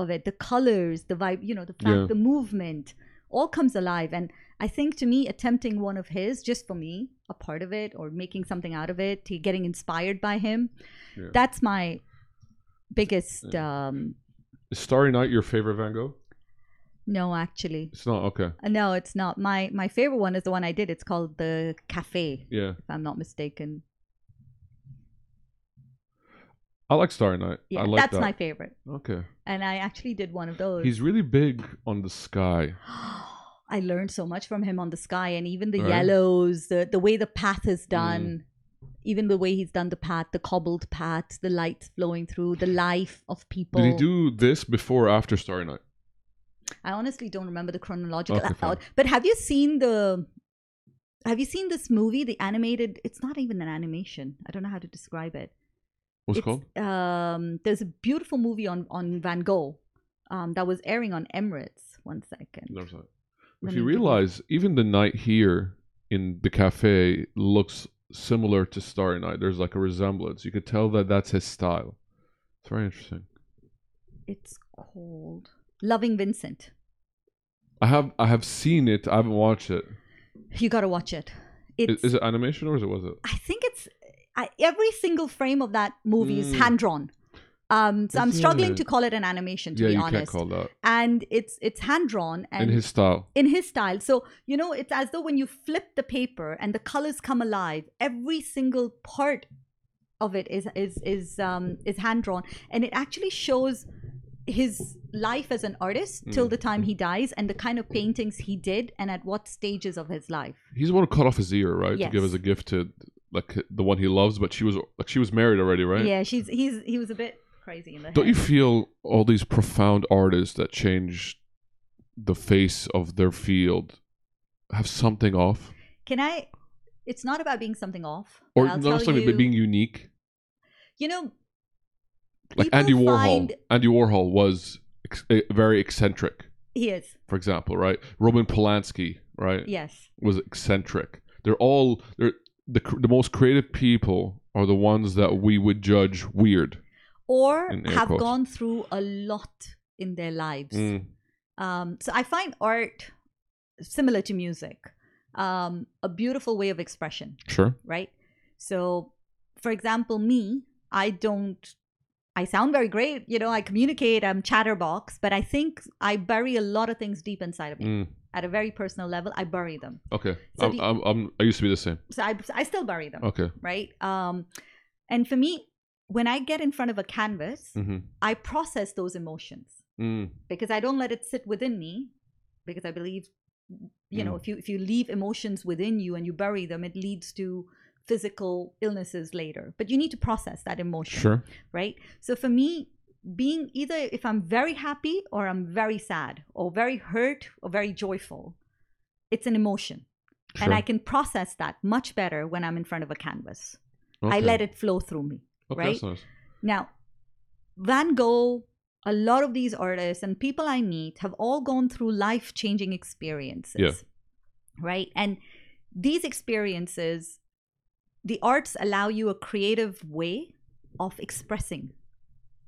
of it, the colors, the vibe, you know, the fact,
Yeah.
the movement, all comes alive. And I think to me, attempting one of his, just for me, a part of it, or making something out of it, to getting inspired by him,
Yeah.
that's my biggest. Um,
Is Starry Night your favorite Van Gogh?
no, actually,
It's not. Okay.
Uh, no, it's not. My my favorite one is the one I did. It's called the Cafe,
Yeah,
if I'm not mistaken.
I like Starry Night.
Yeah,
I like
that's
that.
my favorite.
Okay.
And I actually did one of those.
He's really big on the sky.
I learned so much from him on the sky and even the
Right. Mm.
yellows, the, the way the path is done, even the way he's done the path, the cobbled path, the light flowing through, the life of people.
Did he do this before or after Starry Night?
I honestly don't remember the chronological
Okay, fine.
out. But have you seen the have you seen this movie, the animated it's not even an animation. I don't know how to describe it.
What's it
it's,
called?
Um, there's a beautiful movie on, on Van Gogh um, that was airing on Emirates. One second.
Never saw it.
Let
If
me
you
give
realize, even the night here in the cafe looks similar to Starry Night. There's like a resemblance. You could tell that that's his style. It's very interesting.
It's called Loving Vincent.
I have I have seen it. I haven't watched it.
You got to watch it.
I-
It's
Is, it animation or is it was it?
I think it's I, every single frame of that movie is
Mm.
hand drawn. Um, so I'm
Isn't
struggling
it?
to call it an animation, to
Hmm. yeah,
be
you can't
honest.
call that
and it's it's hand drawn and
in his style.
in his style. So you know, it's as though when you flip the paper and the colors come alive. Every single part of it is is is um, is hand drawn, and it actually shows his life as an artist
Hmm.
till the time he dies and the kind of paintings he did and at what stages of his life.
He's the one who cut off his ear, right, to give
Yes.
as a gift to like the one he loves. But she was like she was married already, right?
Yeah, she's he's he was a bit crazy in the
Don't
head.
you feel all these profound artists that change the face of their field have something off?
Can I? It's not about being something off.
Or
but I'll
not
tell
something,
you-
but being unique?
You know,
Like
people
Andy Warhol.
find-
Andy Warhol was ex- eh, very eccentric.
Yes.
for example, right? Roman Polanski, right,
Yes.
was eccentric. They're all they're the cr- the most creative people are the ones that we would judge weird.
Or
In air
have
quotes. Mm.
gone through a lot in their lives. Um, so I find art similar to music, um, a beautiful way of expression,
Sure.
right? So, for example, me, I don't, I sound very great, you know, I communicate, I'm chatterbox, but I think I bury a lot of things deep inside of me.
Mm.
At a very personal level, I bury them.
Okay.
So
I'm,
the-
I'm, I'm, I used to be the same.
So I, I still bury them,
Okay.
right? Um, and for me, when I get in front of a canvas,
Mm-hmm.
I process those emotions.
Mm.
because I don't let it sit within me because I believe you know
Mm.
if you if you leave emotions within you and you bury them it leads to physical illnesses later but you need to process that emotion
Sure.
right so for me being either if I'm very happy or I'm very sad or very hurt or very joyful it's an emotion
sure.
and I can process that much better when I'm in front of a canvas I let it flow through me
Okay,
right?
that's nice.
Now, Van Gogh, a lot of these artists and people I meet have all gone through life changing experiences.
Yeah.
Right? And these experiences, the arts allow you a creative way of expressing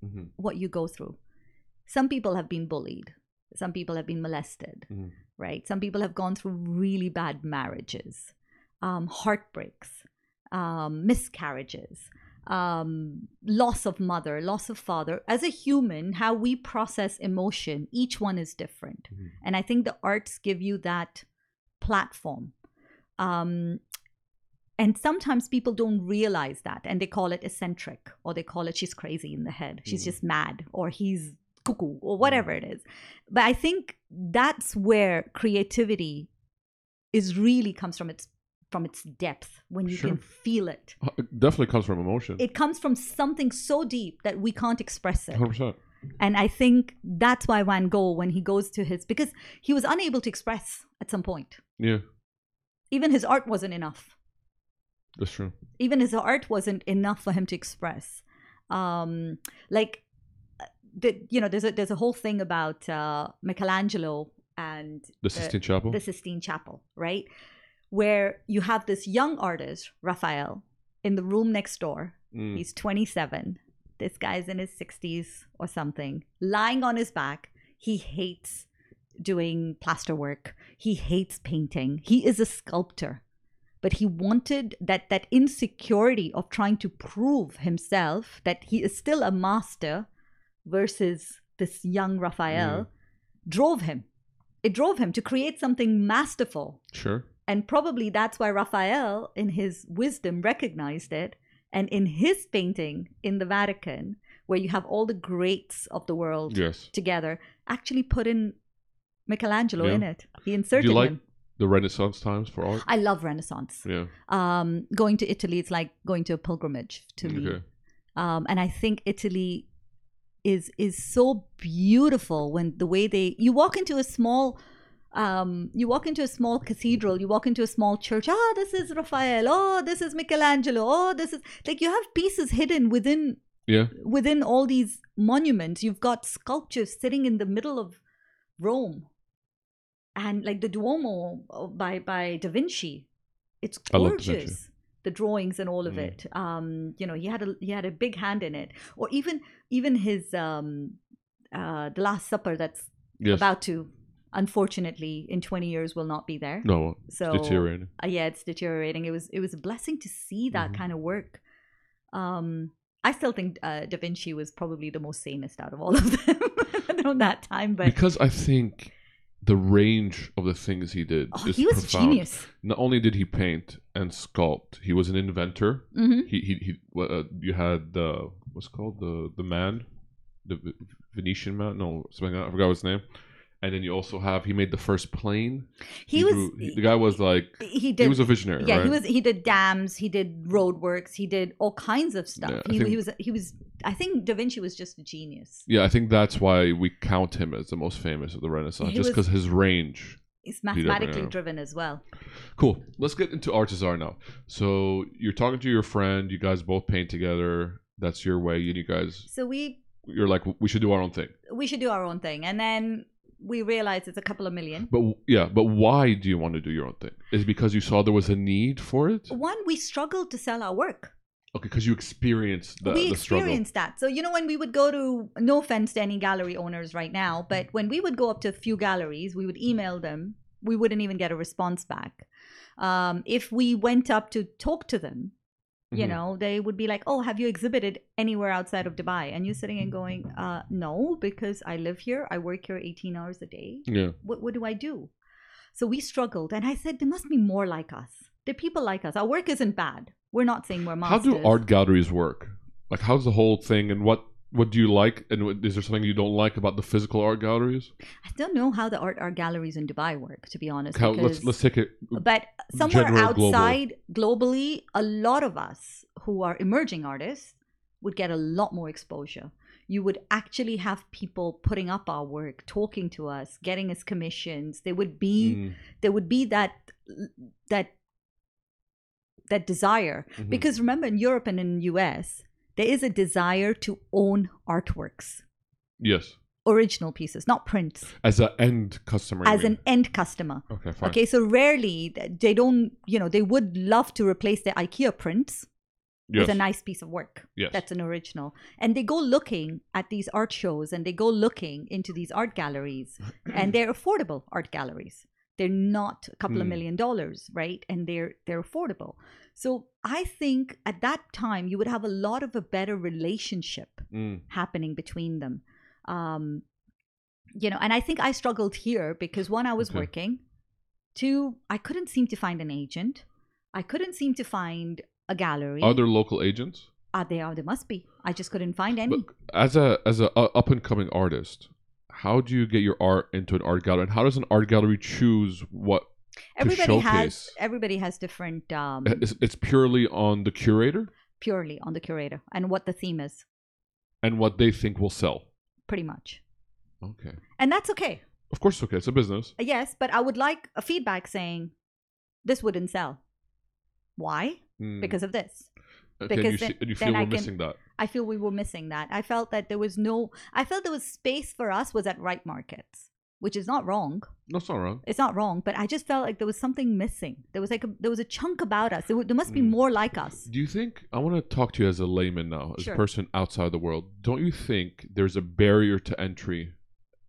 Mhm.
what you go through. Some people have been bullied, some people have been molested,
Mhm.
right? Some people have gone through really bad marriages, um, heartbreaks, um, miscarriages, um, loss of mother, loss of father. As a human, how we process emotion, each one is different.
Mhm.
And I think the arts give you that platform. Um, and sometimes people don't realize that and they call it eccentric or they call it she's crazy in the head she's
Mhm.
just mad or he's cuckoo or whatever it is but i think that's where creativity is really comes from its from its depth when you
Sure.
can feel it
Uh, It definitely comes from emotion.
it comes from something so deep that we can't express it
100%.
and i think that's why van gogh when he goes to his because he was unable to express at some point
Yeah,
even his art wasn't enough
that's true.
even his art wasn't enough for him to express um like uh, the, you know there's a there's a whole thing about uh michelangelo and
The Sistine Chapel.
the sistine chapel right where you have this young artist raphael in the room next door
Mm.
he's 27 this guy's in his 60s or something lying on his back he hates doing plaster work he hates painting he is a sculptor but he wanted that that insecurity of trying to prove himself that he is still a master versus this young raphael drove him it drove him to create something masterful
Sure.
and probably that's why Raphael, in his wisdom, recognized it. And in his painting in the Vatican, where you have all the greats of the world
Yes.
together, actually put in Michelangelo
Yeah.
in it. He
Do
inserted
you like
him.
the Renaissance times for art?
I love Renaissance.
Yeah.
Um, going to Italy, it's like going to a pilgrimage to me.
Okay.
Um, and I think Italy is is so beautiful when the way they you walk into a small um, you walk into a small cathedral, you walk into a small church. Oh, this is Raphael. Oh, this is Michelangelo. Oh, this is like you have pieces hidden within
Yeah.
within all these monuments. You've got sculptures sitting in the middle of Rome, and like the Duomo uh, by by Da Vinci. It's
I love Da Vinci.
gorgeous. The drawings and all of
Mm.
it. Um, you know, he had a he had a big hand in it. Or even even his um, uh, the Last Supper that's
Yes.
about to unfortunately in 20 years will not be there
no.
so
deteriorating.
uh, yeah it's deteriorating it was it was a blessing to see that
Mhm.
kind of work um i still think uh, da vinci was probably the most sanest out of all of them around that time but
because I think the range of the things he did
oh,
is
he was a
profound.
genius
Not only did he paint and sculpt, he was an inventor.
hmm
He he, he well, uh, you had uh, what's it called the the man, the V- Venetian man. No, something like that. I forgot his name. And then you also have he made the first plane.
he, was
drew- he- the guy was like
he did
he was a visionary.
yeah
right?
he was he did dams he did roadworks he did all kinds of stuff
Yeah, I
he,
think-
he was he was i think da vinci was just a genius
Yeah, I think that's why we count him as the most famous of the Renaissance,
He
just
was-
because his range.
he's
definitely-
mathematically
yeah.
driven as well
Cool. Let's get into artisar now. So you're talking to your friend. You guys both paint together. That's your way. And you guys,
so we
you're like, we should do our own thing.
we should do our own thing. And then we realize it's a couple of million.
But w- yeah, but why do you want to do your own thing? Is it because you saw there was a need for it? Okay,
One, we struggled to sell our work.
because you experienced the,
we
the struggle.
experienced that. So you know when we would go to no offense to any gallery owners right
Mm-hmm.
now, but when we would go up to a few galleries, we would email them. We wouldn't even get a response back. Um, if we went up to talk to them, you
Mhm.
know, they would be like, "Oh, have you exhibited anywhere outside of Dubai?" And you're sitting and going, uh, "No, because I live here. I work here 18 hours a day.
Yeah.
What what do I do?" So we struggled, and I said, "There must be more like us. There are people like us. Our work isn't bad. We're not saying we're
How
monsters."
do art galleries work? Like, how's the whole thing, and what what do you like, and what, is there something you don't like about the physical art galleries?
I don't know how the art art galleries in Dubai work, to be honest.
How, let's
because-
let's take it.
but somewhere
general global.
outside globally, a lot of us who are emerging artists would get a lot more exposure. You would actually have people putting up our work, talking to us, getting us commissions. There would be
Mm,
there would be that that that desire
mhm.
because remember in Europe and in US there is a desire to own artworks,
yes,
original pieces, not prints,
as an end customer. you
as
mean.
an end customer.
okay, fine.
Okay, so rarely th- they don't, you know, they would love to replace their IKEA prints
yes.
with a nice piece of work
Yes.
that's an original. And they go looking at these art shows and they go looking into these art galleries and they're affordable art galleries. They're not a couple of
Hmm.
million dollars, right? And they're they're affordable. So I think at that time you would have a lot of a better relationship
Mm,
happening between them. Um, you know, and I think I struggled here because one, I was
Okay.
working, two, I couldn't seem to find an agent, I couldn't seem to find a gallery.
Are there local agents?
Are there? Are there must be. I just couldn't find any.
But as a as a uh, up and coming artist, how do you get your art into an art gallery, and how does an art gallery choose what?
everybody has
showcase. Eh.
everybody has different um,
It's, it's purely on the curator
purely on the curator and what the theme is,
and what they think will sell.
pretty much.
Okay,
And that's okay.
of course, okay, it's a business.
Yes, but I would like a feedback saying this wouldn't sell. Why?
Mm.
Because of this.
Okay,
because
and you,
then-
see, and you
then
feel
I
we're
can-
missing that.
I feel we were missing that. I felt that there was no, I felt there was space for us was at right markets, which is not wrong.
That's not wrong.
It's not wrong, but I just felt like there was something missing. There was like a, there was a chunk about us. There, wa- there must be
Mm.
more like us.
Do you think I want to talk to you as a layman now, as
Sure.
a person outside the world? Don't you think there's a barrier to entry?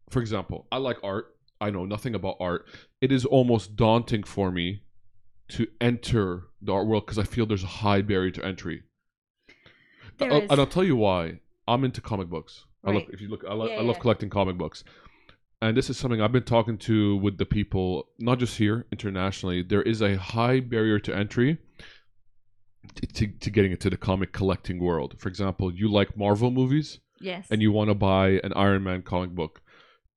For example, I like art. I know nothing about art. It is almost daunting for me to enter the art world because I feel there's a high barrier to entry.
There
Uh,
is.
And I'll tell you why. I'm into comic books. I love,
Right.
if you look, I, lo-
Yeah,
I love
yeah.
collecting comic books. And this is something I've been talking to with the people, not just here, internationally. There is a high barrier to entry to, to, to getting into the comic collecting world. For example, you like Marvel movies
Yes.
and you want to buy an Iron Man comic book.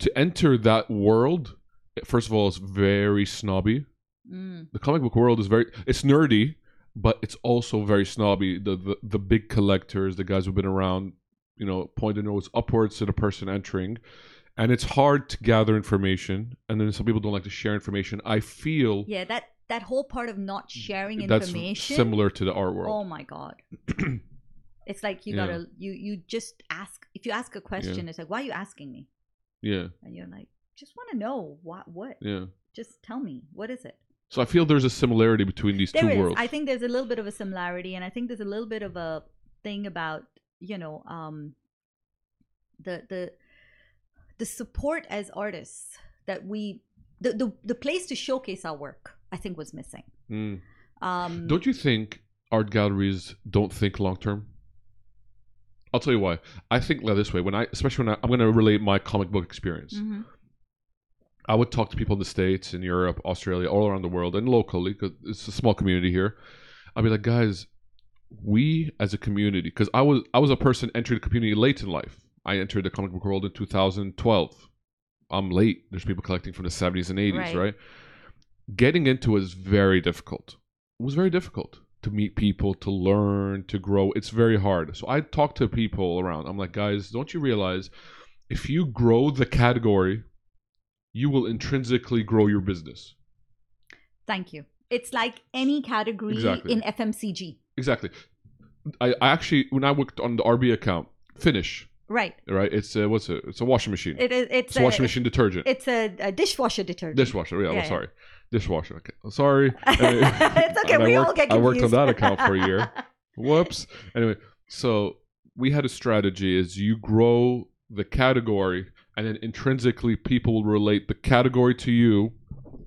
To enter that world, first of all, it's very snobby
mm.
the comic book world is very it's nerdy but it's also very snobby the the, the big collectors the guys who've been around you know point their nose upwards to the person entering and it's hard to gather information and then some people don't like to share information i feel
Yeah, that that whole part of not sharing
Mm. that's
information.
similar to the art
Oh
world
my god. it's like you
Yeah.
gotta you you just ask if you ask a question, it's like why are you asking me?
yeah
And you're like just want to know what what
yeah
just tell me what is it
so i feel there's a similarity between these
There
two
is.
worlds
I think there's a little bit of a similarity, and I think there's a little bit of a thing about you know um, the the the support as artists that we the the, the place to showcase our work I think was missing.
Mm.
Um,
Don't you think art galleries don't think long term? I'll tell you why. I think like this way when I, especially when I, I'm going to relate my comic book experience.
Mhm.
I would talk to people in the states, in Europe, Australia, all around the world, and locally because it's a small community here. I'd be like, guys, we as a community, because I was I was a person entering the community late in life. I entered the comic book world in 2012. I'm late. There's people collecting from the 70s and 80s,
Right.
right? Getting into it is very difficult. It was very difficult to meet people, to learn, to grow. It's very hard. So I talk to people around. I'm like, guys, don't you realize if you grow the category, you will intrinsically grow your business.
Thank you. It's like any category
Exactly.
in FMCG.
Exactly. I, I actually, when I worked on the RB account, Finish,
Right.
right? It's a, what's it? It's a washing machine.
It is. It's,
it's a washing
a,
machine detergent.
It's a, a dishwasher detergent.
Dishwasher. Yeah,
Yeah,
well,
yeah.
sorry. Dishwasher. Okay. Sorry.
It's okay,
And I
we all
worked-
get
I worked on
confused.
that account for a year. Whoops. Anyway, so we had a strategy is you grow the category and then intrinsically people will relate the category to you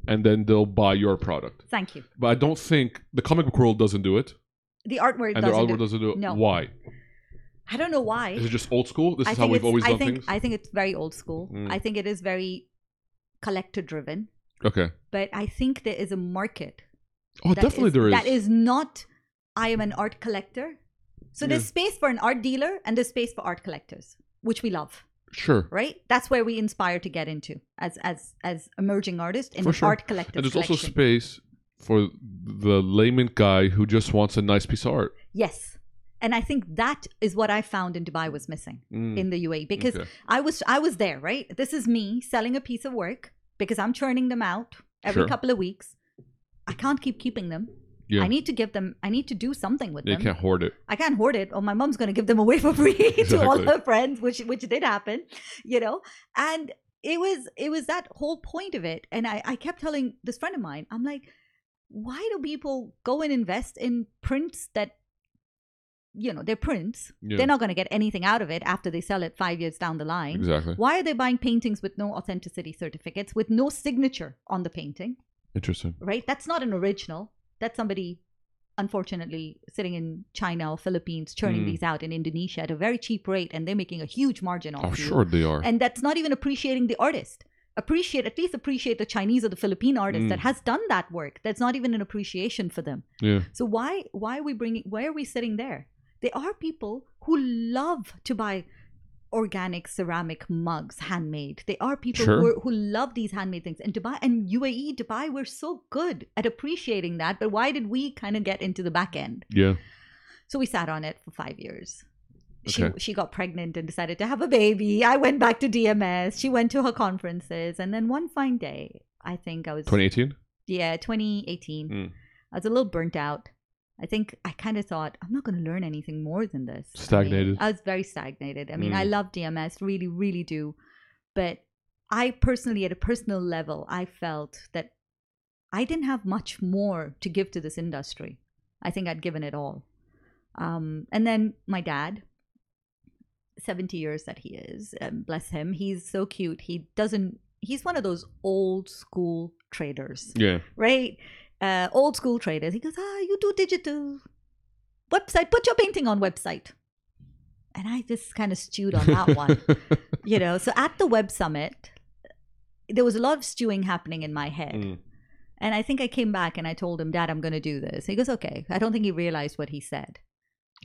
and then they'll buy your product.
Thank you.
But I don't think the comic book world doesn't do it.
The artwork
and the
doesn't.
other
do-
world doesn't do it.
No.
Why?
I don't know why.
Is it just old school? This
I
is how
think
we've
it's-
always
I
done
think,
things?
I think it's very old school.
Mm.
I think it is very collector driven,
okay.
but I think there is a market.
Oh,
that
definitely there is.
That is not, I am an art collector. So there's
Yeah.
space for an art dealer and there's space for art collectors, which we love,
Sure.
right? That's where we inspire to get into as as as emerging artists in
For
an
sure.
art collector.
And there's also
collection.
space for the layman guy who just wants a nice piece of art.
yes. And I think that is what I found in Dubai was missing.
Mm.
in the UAE because
Okay.
I was I was there, right? This is me selling a piece of work because I'm churning them out every
Sure.
couple of weeks. I can't keep keeping them.
yeah.
I need to give them. I need to do something with
Yeah, you
them.
can't hoard it.
I can't hoard it, or my mom's going to give them away for free to all
Exactly.
her friends, which which did happen, you know. And it was it was that whole point of it. And I I kept telling this friend of mine, I'm like, why do people go and invest in prints that, you know, they're prints.
Yeah.
They're not going to get anything out of it after they sell it five years down the line.
Exactly.
Why are they buying paintings with no authenticity certificates, with no signature on the painting?
Interesting.
right? That's not an original. That's somebody, unfortunately, sitting in China or Philippines churning
Mm.
these out in Indonesia at a very cheap rate, and they're making a huge margin off
Oh,
you.
sure they are.
And that's not even appreciating the artist. Appreciate at least appreciate the Chinese or the Philippine artist
Mm.
that has done that work. That's not even an appreciation for them.
yeah.
So why why are we bringing? Why are we sitting there? There are people who love to buy organic ceramic mugs handmade. There are people
Sure.
who, are- who love these handmade things. And Dubai and UAE, Dubai, we're so good at appreciating that. But why did we kind of get into the back end?
Yeah.
So we sat on it for five years. She,
Okay.
she got pregnant and decided to have a baby. I went back to DMS. She went to her conferences. And then one fine day, I think I was
2018?
yeah, 2018.
Mm.
I was a little burnt out. I think I kind of thought I'm not going to learn anything more than this. I mean,
Stagnated.
I, was very stagnated. I mean,
Mm.
I love DMS, really, really do, but I personally, at a personal level, I felt that I didn't have much more to give to this industry. I think I'd given it all. Um, and then my dad, 70 years that he is, um, bless him, he's so cute. He doesn't, he's one of those old school traders
Yeah.
right? Uh, old school traders. He goes, ah, you do digital website. Put your painting on website. And I just kind of stewed on that one, you know. So at the web summit, there was a lot of stewing happening in my head.
Mm.
And I think I came back and I told him, Dad, I'm going to do this. He goes, okay. I don't think he realized what he said.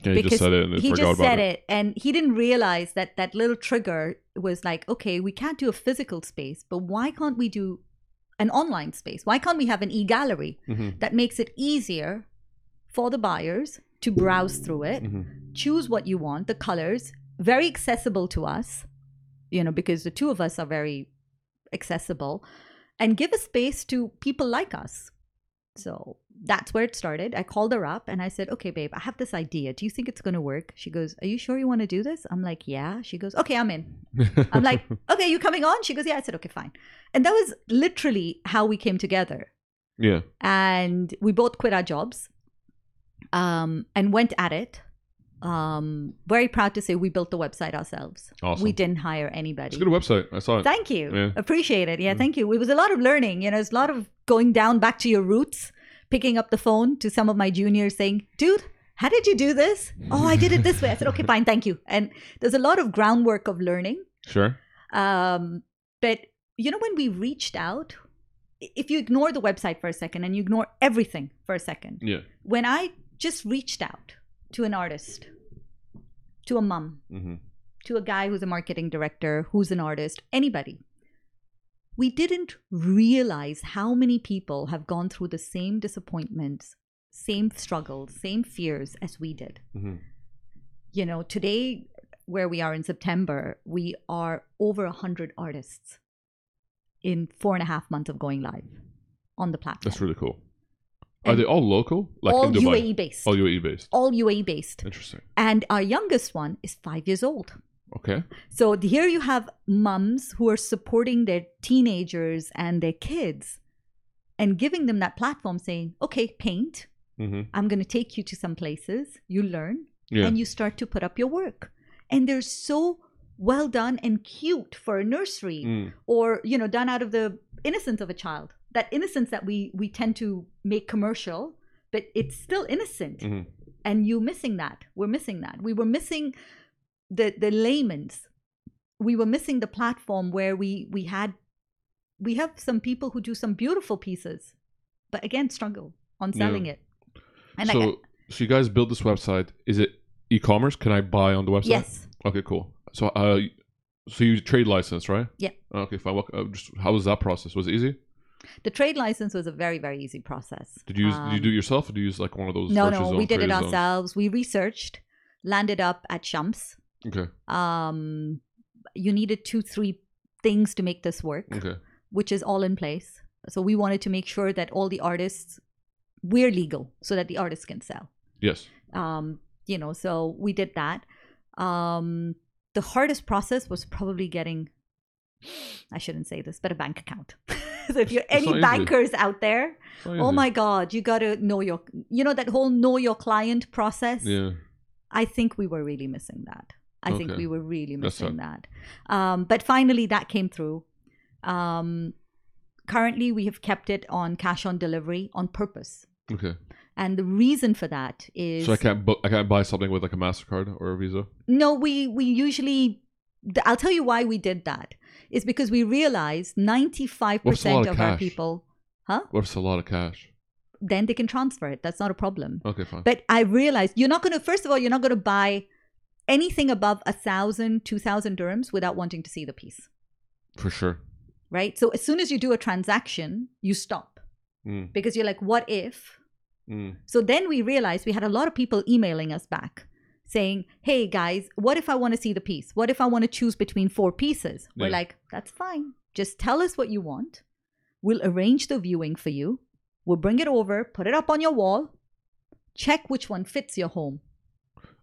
Yeah, he just said it and then
he
forgot
just
about
said it. and he didn't realize that that little trigger was like, okay, we can't do a physical space, but why can't we do an online space? Why can't we have an e gallery?
Mhm.
that makes it easier for the buyers to browse through it,
Mhm.
choose what you want, the colors, very accessible to us, you know, because the two of us are very accessible, and give a space to people like us. So that's where it started. I called her up and I said, Okay, babe, I have this idea. Do you think it's going to work? She goes, Are you sure you want to do this? I'm like, Yeah. She goes, Okay, I'm in.
Mm-hmm.
I'm like, Okay, you coming on? She goes, Yeah. I said, Okay, fine. And that was literally how we came together
yeah.
and we both quit our jobs um, and went at it. Um, very proud to say we built the website ourselves.
Awesome.
We didn't hire
It's
anybody.
a good website. I saw it.
Thank you.
Yeah. Mm.
Appreciate it. Yeah, thank you. It was a lot of learning. You know, it's a lot of going down back to your roots, picking up the phone to some of my juniors saying, dude, how did you do this? Oh, I did it this way. I said, okay, fine, thank you. And there's a lot of groundwork of learning.
sure.
Um, but you know, when we reached out, i- if you ignore the website for a second and you ignore everything for a second,
Yeah.
when I just reached out to an artist, to a mum,
Mm-hmm.
to a guy who's a marketing director, who's an artist, anybody, we didn't realize how many people have gone through the same disappointments, same struggles, same fears as we did
Mm-hmm.
you know today where we are in september we are over 100 artists in four and a half months of going live on the platform
That's really cool. Are
And
they all local? Like
all
in Dubai? Oh,
uae based
All UAE based.
all uae based
Interesting.
and our youngest one is five years old
Okay.
So here you have mums who are supporting their teenagers and their kids and giving them that platform saying, okay, paint.
Mm-hmm.
I'm going to take you to some places. You learn
Yeah.
and you start to put up your work. And they're so well done and cute for a nursery
Mm.
or, you know, done out of the innocence of a child. That innocence that we, we tend to make commercial, but it's still innocent
Mhm.
and you missing that we're missing that we were missing the the layman's we were missing the platform where we we had we have some people who do some beautiful pieces but again struggle on
Yeah.
selling it and
so,
I,
so you guys build this website. Is it e-commerce? Can I buy on the website?
yes
Okay, cool. So, uh, so you trade license, right?
Yeah.
Okay, fine. What, uh, just how was that process? Was it easy?
the trade license was a very very easy process
Did you use, did you
Um,
do it yourself, or do you use like one of those?
no
Virtual
no
Zone,
we did it
Trader Zone?
ourselves we researched landed up at shams
Okay.
um you needed two three things to make this work
Okay.
which is all in place. So we wanted to make sure that all the artists we're legal so that the artists can sell.
Yes.
Um, you know, so we did that. Um, the hardest process was probably getting I shouldn't say this, but a bank account. so if you're
It's not
any
easy.
bankers out there,
It's not
oh
easy.
my god, you got to know your you know that whole know your client process.
Yeah.
I think we were really missing that. I think
Okay.
we were really
That's
missing that. Um, but finally, that came through. Um, currently, we have kept it on cash on delivery on purpose.
Okay.
And the reason for that is
So I can't bu- I can't buy something with like a Mastercard or a Visa.
no, we, we usually, th- I'll tell you why we did that, is because we realized
lot
95% of,
of
our
cash?
people, huh?
What if it's a lot of cash?
Then they can transfer it. That's not a problem.
Okay, fine.
But I realized you're not going to, first of all, you're not going to buy anything above a thousand, two thousand dirhams without wanting to see the piece,
For sure.
right? So as soon as you do a transaction, you stop
Mm,
because you're like, what if?
mm,
So then we realized we had a lot of people emailing us back saying, hey guys, what if I want to see the piece? What if I want to choose between four pieces? We're
Yeah.
like, that's fine. Just tell us what you want. We'll arrange the viewing for you. We'll bring it over, put it up on your wall, check which one fits your home.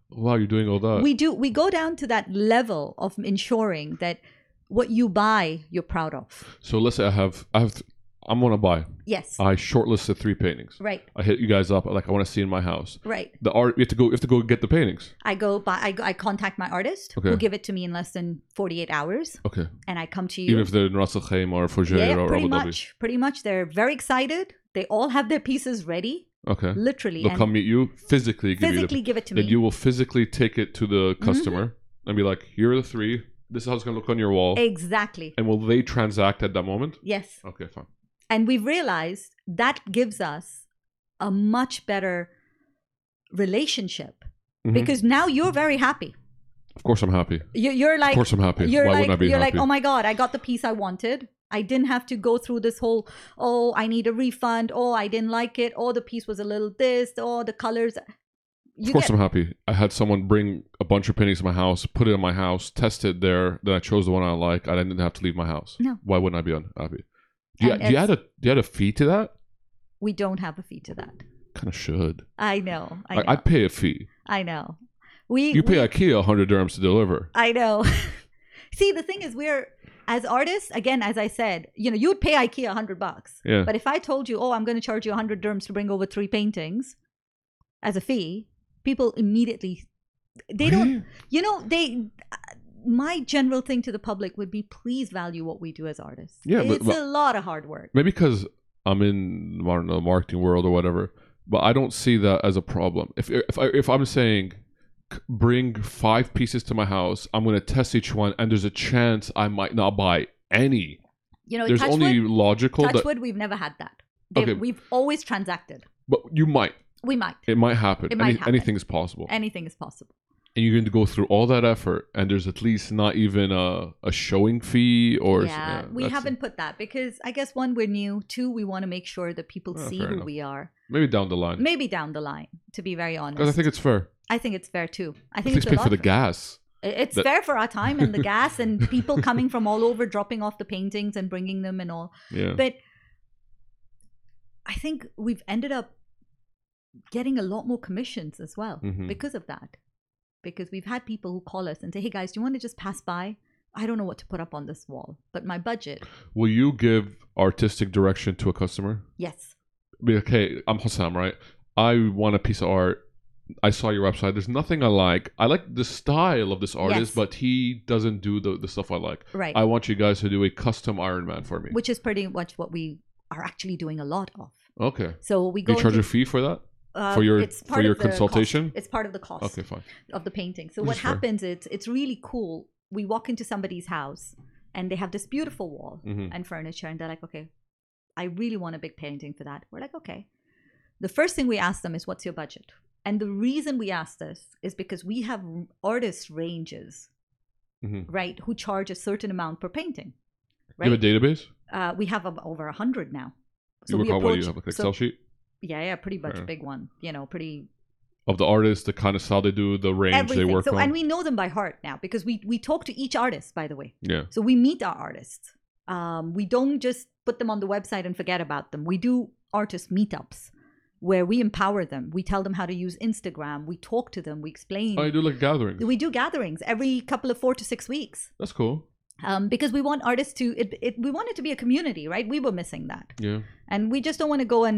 Wow, you're doing all that.
we do we go down to that level of ensuring that what you buy you're proud of
so let's say I have I have th- I'm gonna buy.
yes
I shortlisted three paintings.
right
I hit you guys up. Like I want to see in my house.
right
The art. We have to go. We have to go get the paintings.
i go by i, go, I contact my artist
Okay.
who give it to me in less than 48 hours
Okay.
and i come to you
Even if they're in Ras Al Khaimah or Fougere
yeah,
or
pretty
Abu Dhabi.
much pretty much they're very excited they all have their pieces ready
Okay.
literally
They'll
and
come meet you physically. Give you the,
physically give it to me Mm-hmm.
then you will physically take it to the customer and be like, "Here are the three. This is how it's gonna look on your wall."
exactly
and will they transact at that moment?
yes
Okay, fine.
and we've realized that gives us a much better relationship
Mhm.
because now you're very happy
Of course, I'm happy.
you, you're like
Of course, I'm happy.
You're
Why
like,
wouldn't I be
you're
happy?
like, oh my god, I got the piece I wanted. I didn't have to go through this whole, oh, I need a refund. Oh, I didn't like it. Oh, the piece was a little this. Oh, the colors.
of
You
course,
get
I'm happy. I had someone bring a bunch of paintings to my house, put it in my house, test it there. Then I chose the one I like. I didn't have to leave my house.
No.
Why wouldn't I be unhappy? Do you,
And
do you
it's-
add a do you add a fee to that?
we don't have a fee to that.
Kind of should.
I know. I know.
Like, I'd pay a fee.
I know. We
You pay
we-
IKEA hundred dirhams to deliver.
I know. See, the thing is, we're as artists. Again, as I said, you know, you would pay IKEA a hundred bucks.
Yeah.
But if I told you, oh, I'm going to charge you a hundred dirhams to bring over three paintings as a fee, people immediately they don't
Really?
You know, they. My general thing to the public would be: please value what we do as artists.
Yeah, but-
it's
but-
a lot of hard work.
Maybe because I'm in I don't know, marketing world or whatever, but I don't see that as a problem. If if I, if I'm saying "C- bring five pieces to my house, I'm going to test each one, and there's a chance I might not buy any.
You know,
there's only
touchwood,
logical that,
touchwood. We've never had that. They,
Okay.
We've always transacted.
but you might.
We might.
It might happen.
It might
Any,
happen.
Anything is possible,
Anything is possible.
and you're going to go through all that effort, and there's at least not even a, a showing fee or uh,
yeah, we
that's-
haven't put that because I guess one, we're new. Two, we want to make sure that people
Oh,
see
fair
who
enough.
we are.
Maybe down the line
Maybe down the line, to be very honest.
because I think it's fair.
I think it's fair too. I think
Please
it's
pay
a lot
for the gas.
It- It's
That-
fair for our time and the gas and people coming from all over, dropping off the paintings and bringing them and all.
Yeah,
but I think we've ended up getting a lot more commissions as well
Mhm.
because of that. because we've had people who call us and say, "Hey guys, do you want to just pass by? I don't know what to put up on this wall, but my budget,
Will you give artistic direction to a customer?
yes,
Be like, "Hey, I'm Hossam, right? I want a piece of art. I saw your website. There's nothing I like. I like the style of this artist,
Yes.
but he doesn't do the, the stuff I like.
right,"
I want you guys to do a custom Iron Man for me.
which is pretty much what we are actually doing a lot of.
okay.
So we
Do
go
you charge
into-
a fee for that?
uh,
for your-
it's
for
part of
your
the cost.
consultation?
It's part of the cost.
Okay, fine.
of the painting. So
Which
what
is fair.
happens it's it's really cool. We walk into somebody's house and they have this beautiful wall
hmm
and furniture and they're like, "Okay, I really want a big painting for that." We're like, "Okay." The first thing we ask them is, "What's your budget?" And the reason we ask this is because we have r- artist ranges,
Mhm.
right, who charge a certain amount per painting.
You
Right?
have a database?
uh, we have ab- over 100 now.
you work
we
on what? You have like an
so-
Excel sheet
yeah, yeah, pretty much
Fair.
big one, you know, pretty
of the artist, the kind of style they do, the range
everything.
they work
so
on.
and we know them by heart now because we we talk to each artist by the way.
yeah.
So we meet our artists. Um, we don't just put them on the website and forget about them. We do artist meetups where we empower them. We tell them how to use Instagram. We talk to them. We explain.
Oh, you do like gatherings.
we do gatherings every couple of four to six weeks
That's cool.
um, because we want artists to. It, it, we want it to be a community, right? We were missing that,
Yeah.
and we just don't want to go and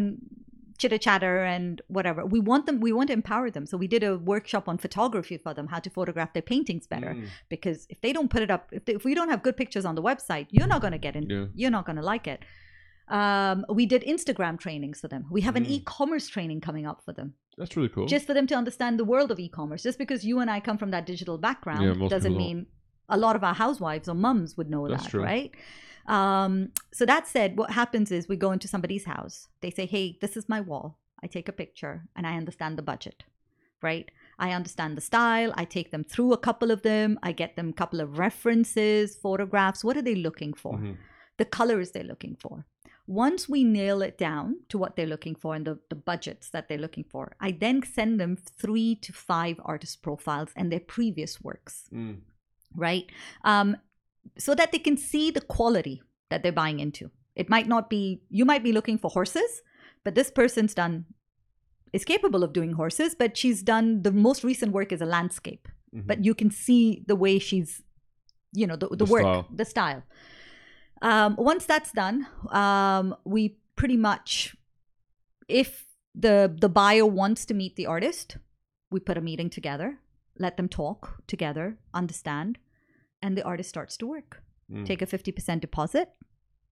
chitter chatter and whatever. We want them. We want to empower them. So we did a workshop on photography for them, how to photograph their paintings better
Mm,
because if they don't put it up if, they, if we don't have good pictures on the website you're not going to get in
Yeah.
you're not going to like it um, we did instagram trainings for them we have an
Mm.
e-commerce training coming up for them
That's really cool.
just for them to understand the world of e-commerce just because you and i come from that digital background
Yeah, most
doesn't
people don't.
mean a lot of our housewives or mums would know
That's
that
true.
right um, so that said what happens is we go into somebody's house they say hey this is my wall i take a picture and i understand the budget right i understand the style i take them through a couple of them i get them a couple of references photographs what are they looking for
Mhm.
the colors they're looking for. Once we nail it down to what they're looking for and the, the budgets that they're looking for, I then send them three to five artist profiles and their previous works,
Mm.
right? Um, so that they can see the quality that they're buying into. It might not be, you might be looking for horses, but this person's done, is capable of doing horses, but she's done, the most recent work is a landscape
Mhm.
but you can see the way she's you know the, the,
The
work
style.
the style um, once that's done um, we pretty much if the the buyer wants to meet the artist we put a meeting together let them talk together understand and the artist starts to work
Mm.
take a 50% deposit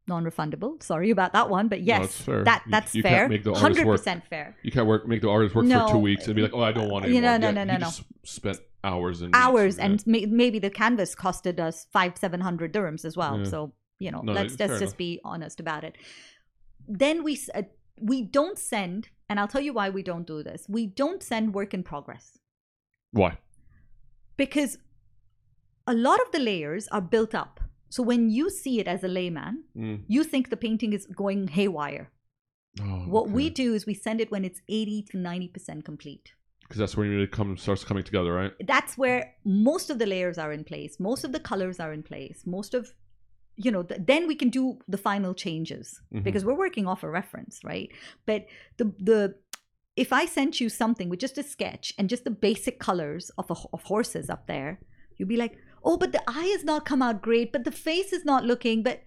non-refundable sorry about that one but yes
it's fair.
that
You-
that's
you can't
fair
make the artist work.
100% fair
You can't work make the artist work
No. uh,
for two weeks and be like, oh, I don't want
You
anymore.
know, no, no, no,
you
no.
Just spent hours and
hours
weeks, Mm, yeah.
and may- maybe the canvas costed us five seven hundred dirhams as well
Yeah.
so you know
No,
let's
it's
just
fair
just
enough.
be honest about it then we s- uh, we don't send and i'll tell you why we don't do this we don't send work in progress
why?
because a lot of the layers are built up so when you see it as a layman
Mm.
you think the painting is going haywire
Oh,
what we do is we send it when it's 80 to 90% complete
because that's when it really comes starts coming together, right?
that's where most of the layers are in place most of the colors are in place most of you know th- then we can do the final changes
Mhm.
because we're working off a reference right but the the if i sent you something with just a sketch and just the basic colors of a, h- of horses up there you'd be like oh but the eye has not come out great but the face is not looking but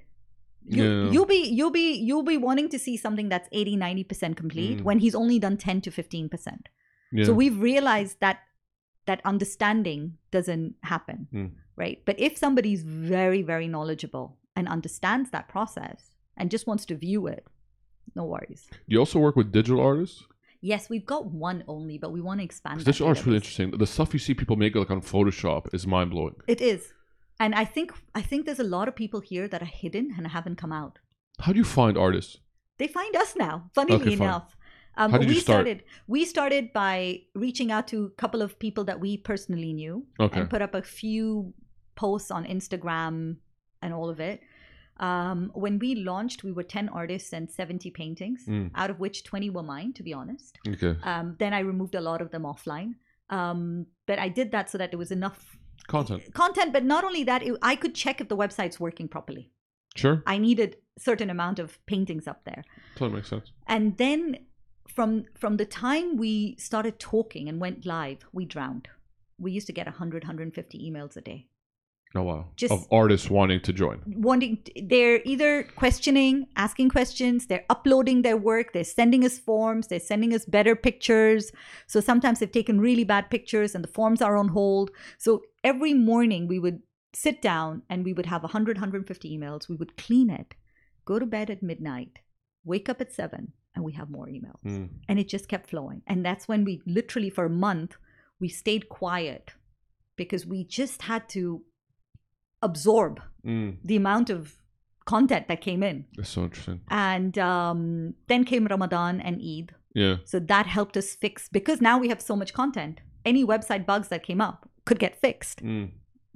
you,
Yeah.
you'll be you'll be you'll be wanting to see something that's 80 90% complete
Mm.
when he's only done 10 to 15%
Yeah.
so we've realized that that understanding doesn't happen,
Mm.
right? But if somebody's very, very knowledgeable and understands that process and just wants to view it, no worries.
you also work with digital artists.
Yes, we've got one only, but we want to expand.
'Cause
that
digital art's really
database.
interesting. The stuff you see people make like on Photoshop is mind blowing.
It is, and I think I think there's a lot of people here that are hidden and haven't come out.
How do you find artists?
They find us now. Funnily
Okay, fine.
enough, um,
How did
we
you start?
started we started by reaching out to a couple of people that we personally knew.
Okay.
and put up a few posts on Instagram and all of it. Um, when we launched, we were 10 artists and 70 paintings,
Mm.
out of which 20 were mine, to be honest.
Okay.
Um, then I removed a lot of them offline. Um, but I did that so that there was enough
Content.
content. But not only that, it, I could check if the website's working properly.
Sure.
I needed certain amount of paintings up there
Totally makes sense.
and then from from the time we started talking and went live we drowned we used to get 100, 150 emails a day.
Oh wow!
Just-
of artists wanting to join.
wanting they're either questioning asking questions they're uploading their work they're sending us forms they're sending us better pictures so sometimes they've taken really bad pictures and the forms are on hold so every morning we would sit down and we would have 100 150 emails we would clean it go to bed at midnight wake up at 7 and we have more emails
Mm.
and it just kept flowing and that's when we literally for a month we stayed quiet because we just had to absorb
Mm.
the amount of content that came in.
That's so interesting.
And um, then came Ramadan and Eid.
Yeah.
So that helped us fix because now we have so much content. Any website bugs that came up could get fixed.
Mm.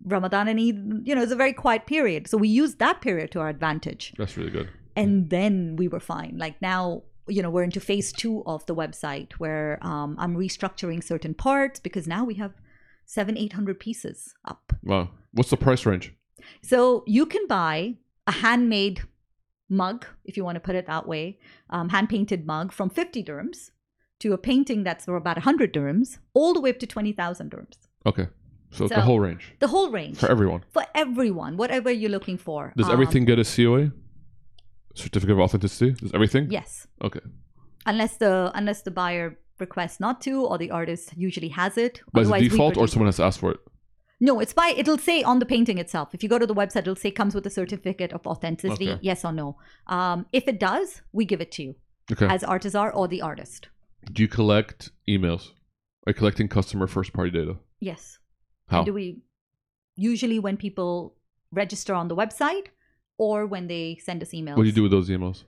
Ramadan and Eid, you know, it's a very quiet period. So we used that period to our advantage.
That's really good.
And then we were fine. Like now, you know, we're into phase two of the website where um, I'm restructuring certain parts because now we have seven, 800 pieces up.
Wow. What's the price range?
So you can buy a handmade mug, if you want to put it that way, um, hand painted mug from 50 dirhams to a painting that's for about 100 dirhams, all the way up to 20,000 dirhams.
Okay. So, it's the
So-
whole range
The whole range
for everyone.
for everyone, whatever you're looking for.
Does
Um,
everything get a COA? Certificate of authenticity? Does everything?
Um, Yes,
Okay.
unless the unless the buyer requests not to, or the artist usually has it.
But is it
Otherwise, we
default or
produce-
someone has to ask for it?
No, it's by it'll say on the painting itself. If you go to the website, it'll say comes with a certificate of authenticity,
Okay.
yes or no. Um, if it does, we give it to you
Okay.
as artisar or the artist.
Do you collect emails? Are you collecting customer first party data?
Yes.
How?
And do we usually when people register on the website or when they send us emails?
What do you do with those emails?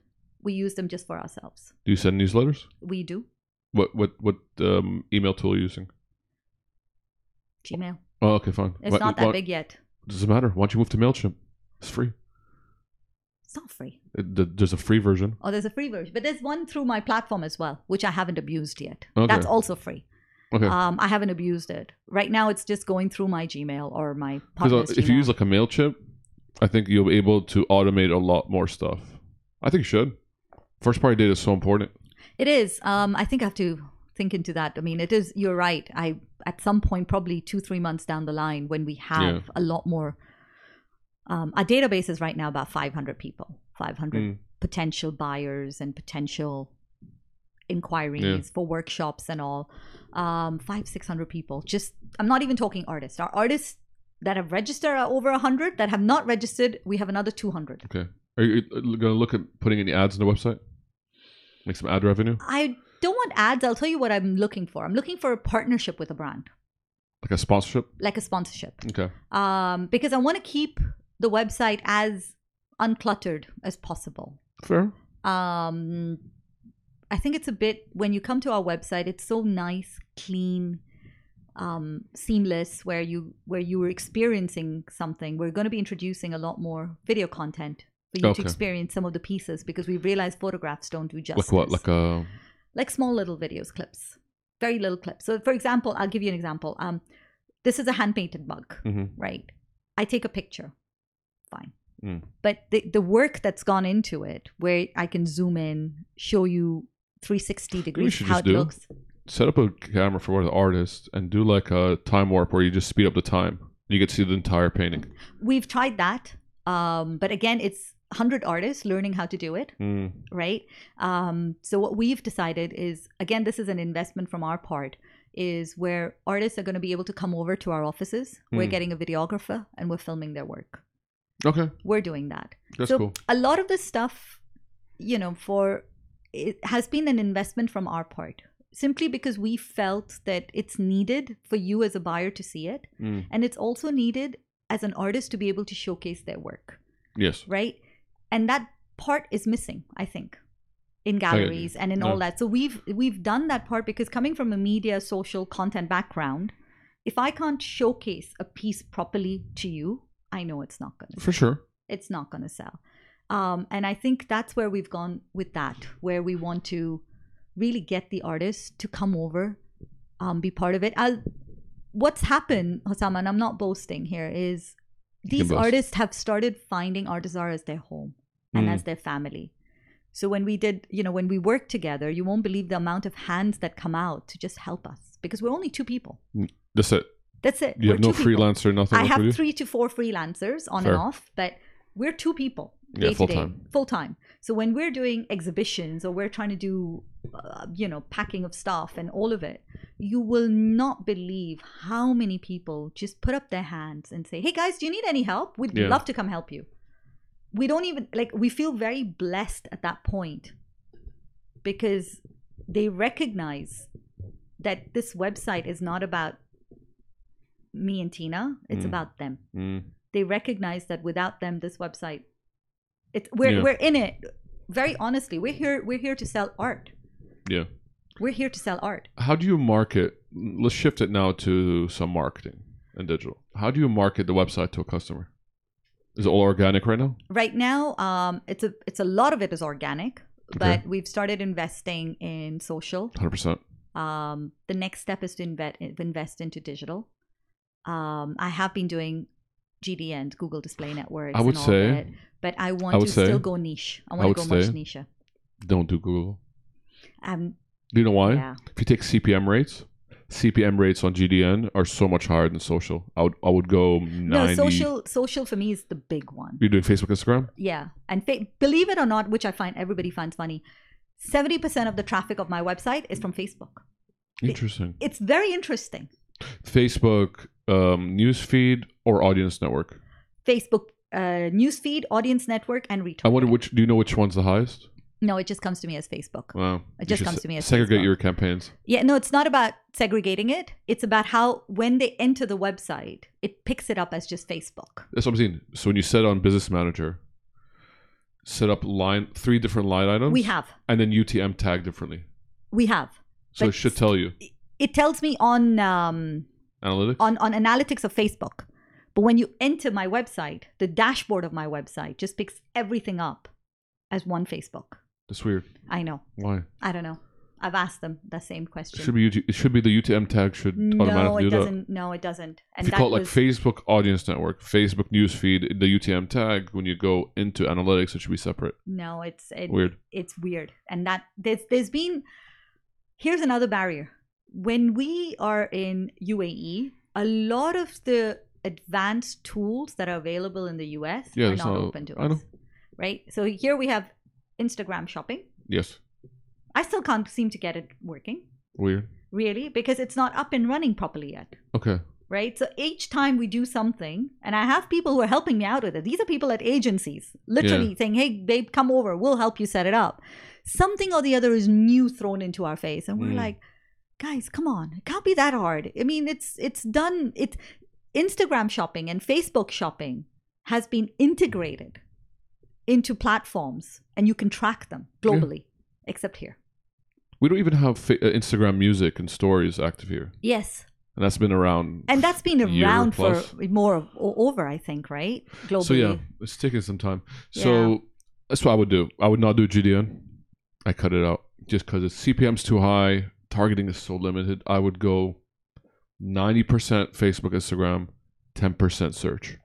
We use them just for ourselves.
Do you send newsletters?
We do
What what what um, email tool are you using?
Gmail.
Oh, okay, fine.
It's
Why-
not that
why-
big yet.
Doesn't matter. Why don't you move to Mailchimp? It's free.
It's not free.
It- th- there's a free version.
Oh, there's a free version, but there's one through my platform as well, which I haven't abused yet.
Okay.
That's also free.
Okay.
Um, I haven't abused it. Right now, it's just going through my Gmail or my
Because
partner's
uh, if you
Gmail.
use like a Mailchimp, I think you'll be able to automate a lot more stuff. I think you should. First party data is so important.
It is. Um, I think I have to think into that. I mean, it is. You're right. I at some point, probably two, three months down the line, when we have
Yeah.
a lot more. Um, our database is right now about 500 people, 500
Mm.
potential buyers and potential inquiries for workshops and all. Um, five, 600 people. Just, I'm not even talking artists. Our artists that have registered are over 100. That have not registered, we have another 200.
Okay. Are you going to look at putting any ads on the website? Make some ad revenue,
I don't want ads. I'll tell you what I'm looking for. I'm looking for a partnership with a brand.
like a sponsorship.
like a sponsorship
Okay.
um, because I want to keep the website as uncluttered as possible.
Fair.
Um, I think it's a bit when you come to our website, it's so nice, clean, um, seamless. Where you where you were experiencing something, we're going to be introducing a lot more video content for you
Okay.
to experience some of the pieces because we realize photographs don't do justice
Like what? Like um, a
like small little videos clips very little clips so for example i'll give you an example um this is a hand painted mug
Mhm.
right i take a picture fine
Mm.
but the, the work that's gone into it where i can zoom in show you 360 degrees
should
how
just
it
do.
looks
set up a camera for one of the artists and do like a time warp where you just speed up the time. You get to see the entire painting.
we've tried that um but again it's 100 artists learning how to do it
Mm.
right? Um, so what we've decided is, again, this is an investment from our part, is where artists are going to be able to come over to our offices. We're
Hmm.
getting a videographer and we're filming their work.
Okay,
We're doing that.
that's
so
cool.
a lot of this stuff, you know, for it has been an investment from our part simply because we felt that it's needed for you as a buyer to see it
Mm.
and it's also needed as an artist to be able to showcase their work
Yes.
right? And that part is missing, I think, in galleries and in all
No.
that. So we've we've done that part because coming from a media social content background, if I can't showcase a piece properly to you, I know it's not gonna
For sure.
it's not gonna sell. Um, and I think that's where we've gone with that, where we want to really get the artist to come over, um, be part of it. I'll, what's happened, Osama, and I'm not boasting here, is
can
these
boast.
artists have started finding Artisar as their home and
Mm.
as their family. So when we did, you know, when we worked together, you won't believe the amount of hands that come out to just help us because we're only two people.
That's it.
That's it.
You
We're
have no
two people.
freelancer, nothing.
I
like
have
with you?
three to four freelancers on
Fair.
and off, but we're two people.
Yeah,
day to day,
full-time.
Full time. So when we're doing exhibitions or we're trying to do, uh, you know, packing of stuff and all of it, you will not believe how many people just put up their hands and say, "Hey guys, do you need any help? We'd
Yeah.
love to come help you." We don't even like. We feel very blessed at that point because they recognize that this website is not about me and Tina. It's
Mm.
about them.
Mm.
They recognize that without them, this website, it's we're
Yeah.
we're in it. Very honestly, we're here. We're here to sell art.
Yeah.
We're here to sell art.
How do you market? Let's shift it now to some marketing and digital. How do you market the website to a customer? Is it all organic right now?
Right now, um, it's a it's a lot of it is organic,
Okay.
but we've started investing in social.
Hundred percent.
Um, the next step is to invest invest into digital. Um, I have been doing GDN, Google Display Networks.
I would
and all
say-
that, but I want
I would
to
say-
still go niche. I want
would
to go
say-
much niche.
Don't do Google.
Um,
Do you know why?
yeah,
If you take CPM rates, CPM rates on GDN are so much higher than social. I would I would go ninety.
no, social social for me is the big one.
You're doing Facebook, Instagram.
yeah and fa- believe it or not which i find everybody finds funny 70% of the traffic of my website is from facebook
Interesting.
it's very interesting
Facebook um, newsfeed or audience network.
facebook uh, newsfeed audience network and retargeting
I wonder which. Do you know which one's the highest?
no it just comes to me as facebook
Wow.
It
You
just
should
comes
se-
to me as
Segregate
Facebook.
your campaigns.
yeah no it's not about segregating it it's about how when they enter the website it picks it up as just facebook
That's what I'm saying. So when you set on Business Manager, set up line three different line items.
we have
and then UTM tag differently.
we have
So it
But
should tell you
it tells me on um,
analytics.
on on analytics of facebook but when you enter my website the dashboard of my website just picks everything up as one facebook
That's weird.
I know.
Why?
I don't know. I've asked them the same
It
question.
should be UT, it should be the UTM tag should
no,
automatically
it
do that.
doesn't. No, it doesn't. And
if you
that
call it like
was
Facebook Audience Network, Facebook Newsfeed, the UTM tag, when you go into analytics, it should be separate.
no. It's it,
Weird.
It's weird. And that there's there's been. Here's another barrier. When we are in UAE, a lot of the advanced tools that are available in the US
Yeah,
are
it's
not
not-
open to
I
us.
know.
Right. So here we have Instagram shopping.
Yes.
I still can't seem to get it working
Weird.
really because it's not up and running properly yet.
Okay.
right? So each time we do something, and I have people who are helping me out with it. These are people at agencies, literally saying, "Hey, babe, come over. We'll help you set it up." Something or the other is new thrown into our face, and we're
Mm.
like, "Guys, come on! It can't be that hard. I mean, it's it's done. It's Instagram shopping and Facebook shopping has been integrated into platforms, and you can track them globally, except here.
We don't even have fa- uh, Instagram music and stories active here.
Yes."
And that's been around.
And that's been
Year
around for
plus.
more of, o- over, I think, right? Globally.
so yeah, it's taking some time. So that's what I would do. I would not do GDN. I cut it out just because it's CPM's too high. Targeting is so limited. I would go ninety percent Facebook, Instagram, ten percent search.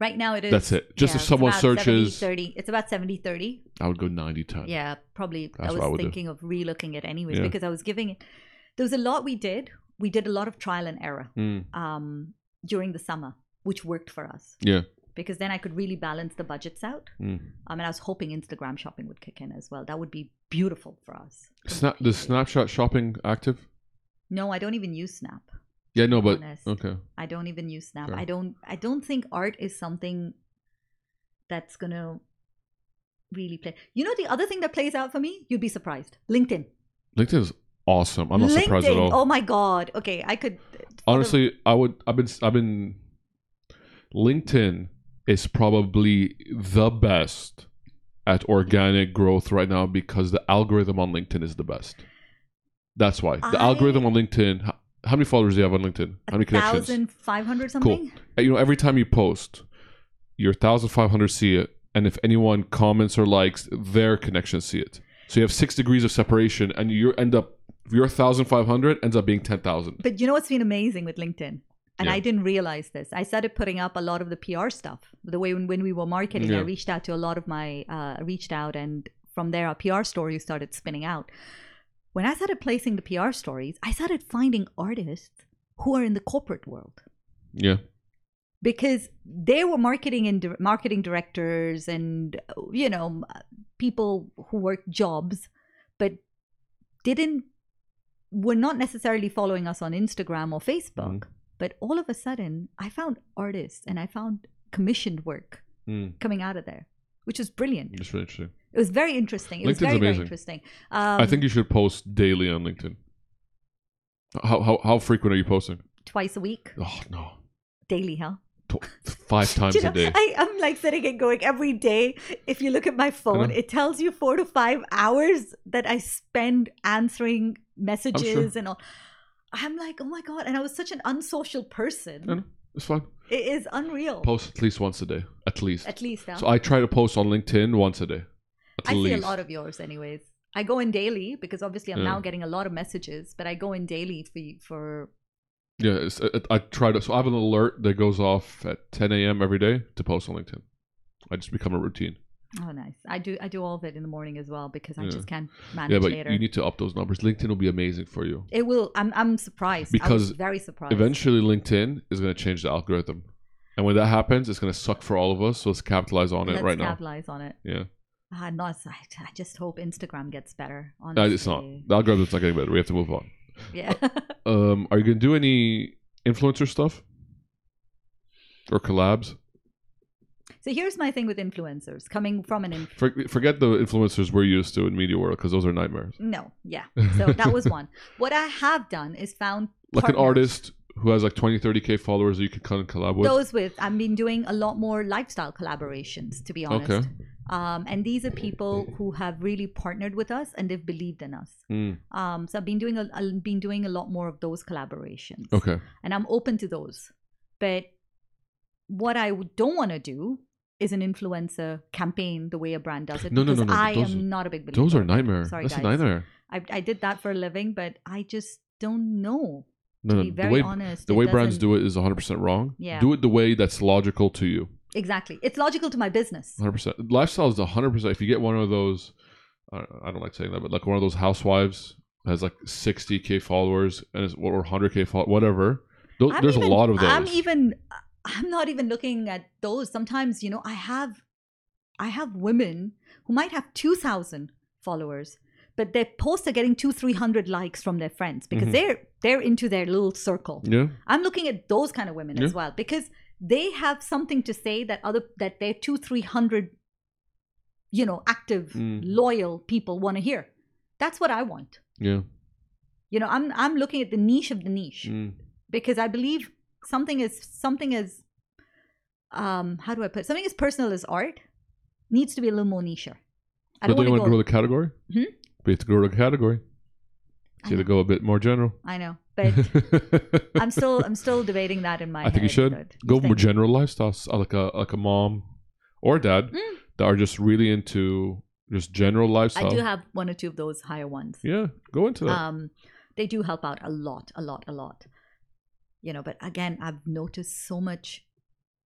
Right now it is.
That's it. Just if someone searches-
70, 30. It's about 70 30.
I would go 90-10.
Yeah, probably.
That's
I
what I
was
would do.
thinking of re looking at anyways
Yeah.
because I was giving it. There was a lot we did. We did a lot of trial and error
Mm,
um, during the summer, which worked for us
yeah.
because then I could really balance the budgets out.
Mm.
I mean, I was hoping Instagram shopping would kick in as well. That would be beautiful for us.
Snap. The snapshot shopping active.
No, I don't even use Snap.
Yeah. No, but
Honest.
okay.
I don't even use Snap.
Fair.
I don't. I don't think art is something that's gonna really play. You know, the other thing that plays out for me, you'd be surprised. LinkedIn.
LinkedIn is awesome. I'm not
LinkedIn.
surprised at all.
Oh my god. Okay, I could.
Honestly, I would. I've been. I've been. LinkedIn is probably the best at organic growth right now because the algorithm on LinkedIn is the best. That's why the
I-
algorithm on LinkedIn. How, how many followers do you have on LinkedIn? How many connections?
Thousand five hundred something.
Uh, You know, every time you post, your thousand five hundred see it, and if anyone comments or likes, their connections see it. So you have six degrees of separation, and you end up your thousand five hundred ends up being ten thousand.
But you know what's been amazing with LinkedIn, and
Yeah.
I didn't realize this. I started putting up a lot of the PR stuff. The way when, when we were marketing, I
Yeah.
reached out to a lot of my uh, I reached out, and from there our PR stories started spinning out. When I started placing the PR stories, I started finding artists who are in the corporate world
Yeah.
because they were marketing and dir- marketing directors and you know people who worked jobs but didn't were not necessarily following us on Instagram or Facebook
Mm-hmm.
but all of a sudden I found artists and I found commissioned work
Mm.
coming out of there which was brilliant
It's really interesting.
it was very interesting it was
LinkedIn's
very very
amazing.
interesting um,
I think you should post daily on LinkedIn. How how how frequent are you posting?
twice a week
Oh no,
daily huh
Tw- five times
you
a day.
I, I'm like sitting and going every day. If you look at my phone,
know.
it tells you four to five hours that I spend answering messages and all. I'm like, oh my god! And I was such an unsocial
I
person.
know. It's fine.
It is unreal.
Post at least once a day, at least.
At least, huh?
So I try to post on LinkedIn once a day. At
I see
least.
a lot of yours, anyways. I go in daily because obviously I'm
Yeah.
now getting a lot of messages, but I go in daily for you, for
yeah, it's, I- I try to. So I have an alert that goes off at 10 a.m. every day to post on LinkedIn. I just become a routine.
oh nice. I do I do all of it in the morning as well because I
Yeah.
just can't
yeah,
manage
but
later.
you need to up those numbers. LinkedIn will be amazing for you.
it will. I'm I'm surprised. I was
Because
very surprised.
Eventually, LinkedIn is going to change the algorithm, and when that happens, it's going to suck for all of us. So let's capitalize on
Let's
it right now.
capitalize on it.
Yeah,
Uh, no, it's- I, I just hope Instagram gets better.
no,
Honestly.
it's not. The algorithm's not getting better. We have to move on.
Yeah.
Um, are you going to do any influencer stuff or collabs?
so here's my thing with influencers coming from an inf-
For, forget the influencers we're used to in media world because those are nightmares.
no, yeah. So that was one. What I have done is found
Like an
partners.
artist who has like 20, 30 k followers that you can kind of collab with.
Those with I've been doing a lot more lifestyle collaborations, to be honest.
Okay.
Um, and these are people who have really partnered with us and they've believed in us.
Mm,
Um, so I've been doing a, I've been doing a lot more of those collaborations.
okay.
and I'm open to those. But what I w- don't want to do is an influencer campaign the way a brand does it.
No, no, no,
because
no,
I
those-
am not a big believer.
Those are nightmares.
Sorry,
That's a
guys.
nightmare.
I, I did that for a living, but I just don't know.
No,
To
no.
be
The
very
way,
honest,
the
it
way brands
doesn't-
do it is 100% wrong.
Yeah.
Do it the way that's logical to you.
Exactly, it's logical to my business.
100%. Lifestyle is 100%. If you get one of those, I I don't like saying that, but like one of those housewives has like 60k followers and is, or 100k follow, whatever. Tho-
I'm
there's
even-
a lot of those.
I'm even. I'm not even looking at those. Sometimes you know, I have, I have women who might have two thousand followers, but their posts are getting two, three hundred likes from their friends because
Mhm.
they're they're into their little circle.
yeah.
I'm looking at those kind of women as well because they have something to say that other that their two three hundred, you know, active
Mm.
loyal people want to hear. That's what I want.
Yeah.
You know, I'm I'm looking at the niche of the niche
Mm.
because I believe something is something is, um, how do I put it? something as personal as art needs to be a little more niche. I
But
don't
then you
want
want to
to go.
grow the category?
Hmm?
But you have to grow the category.
I
So you have
know.
to go a bit more general.
I know, but I'm still I'm still debating that in my.
I think you
head,
should
but
go more
thank-
general lifestyles, uh, like a like a mom or dad
Mm.
that are just really into just general
I
lifestyle.
do have one or two of those higher ones.
yeah, go into that.
um, they do help out a lot, a lot, a lot. You know, but again, I've noticed so much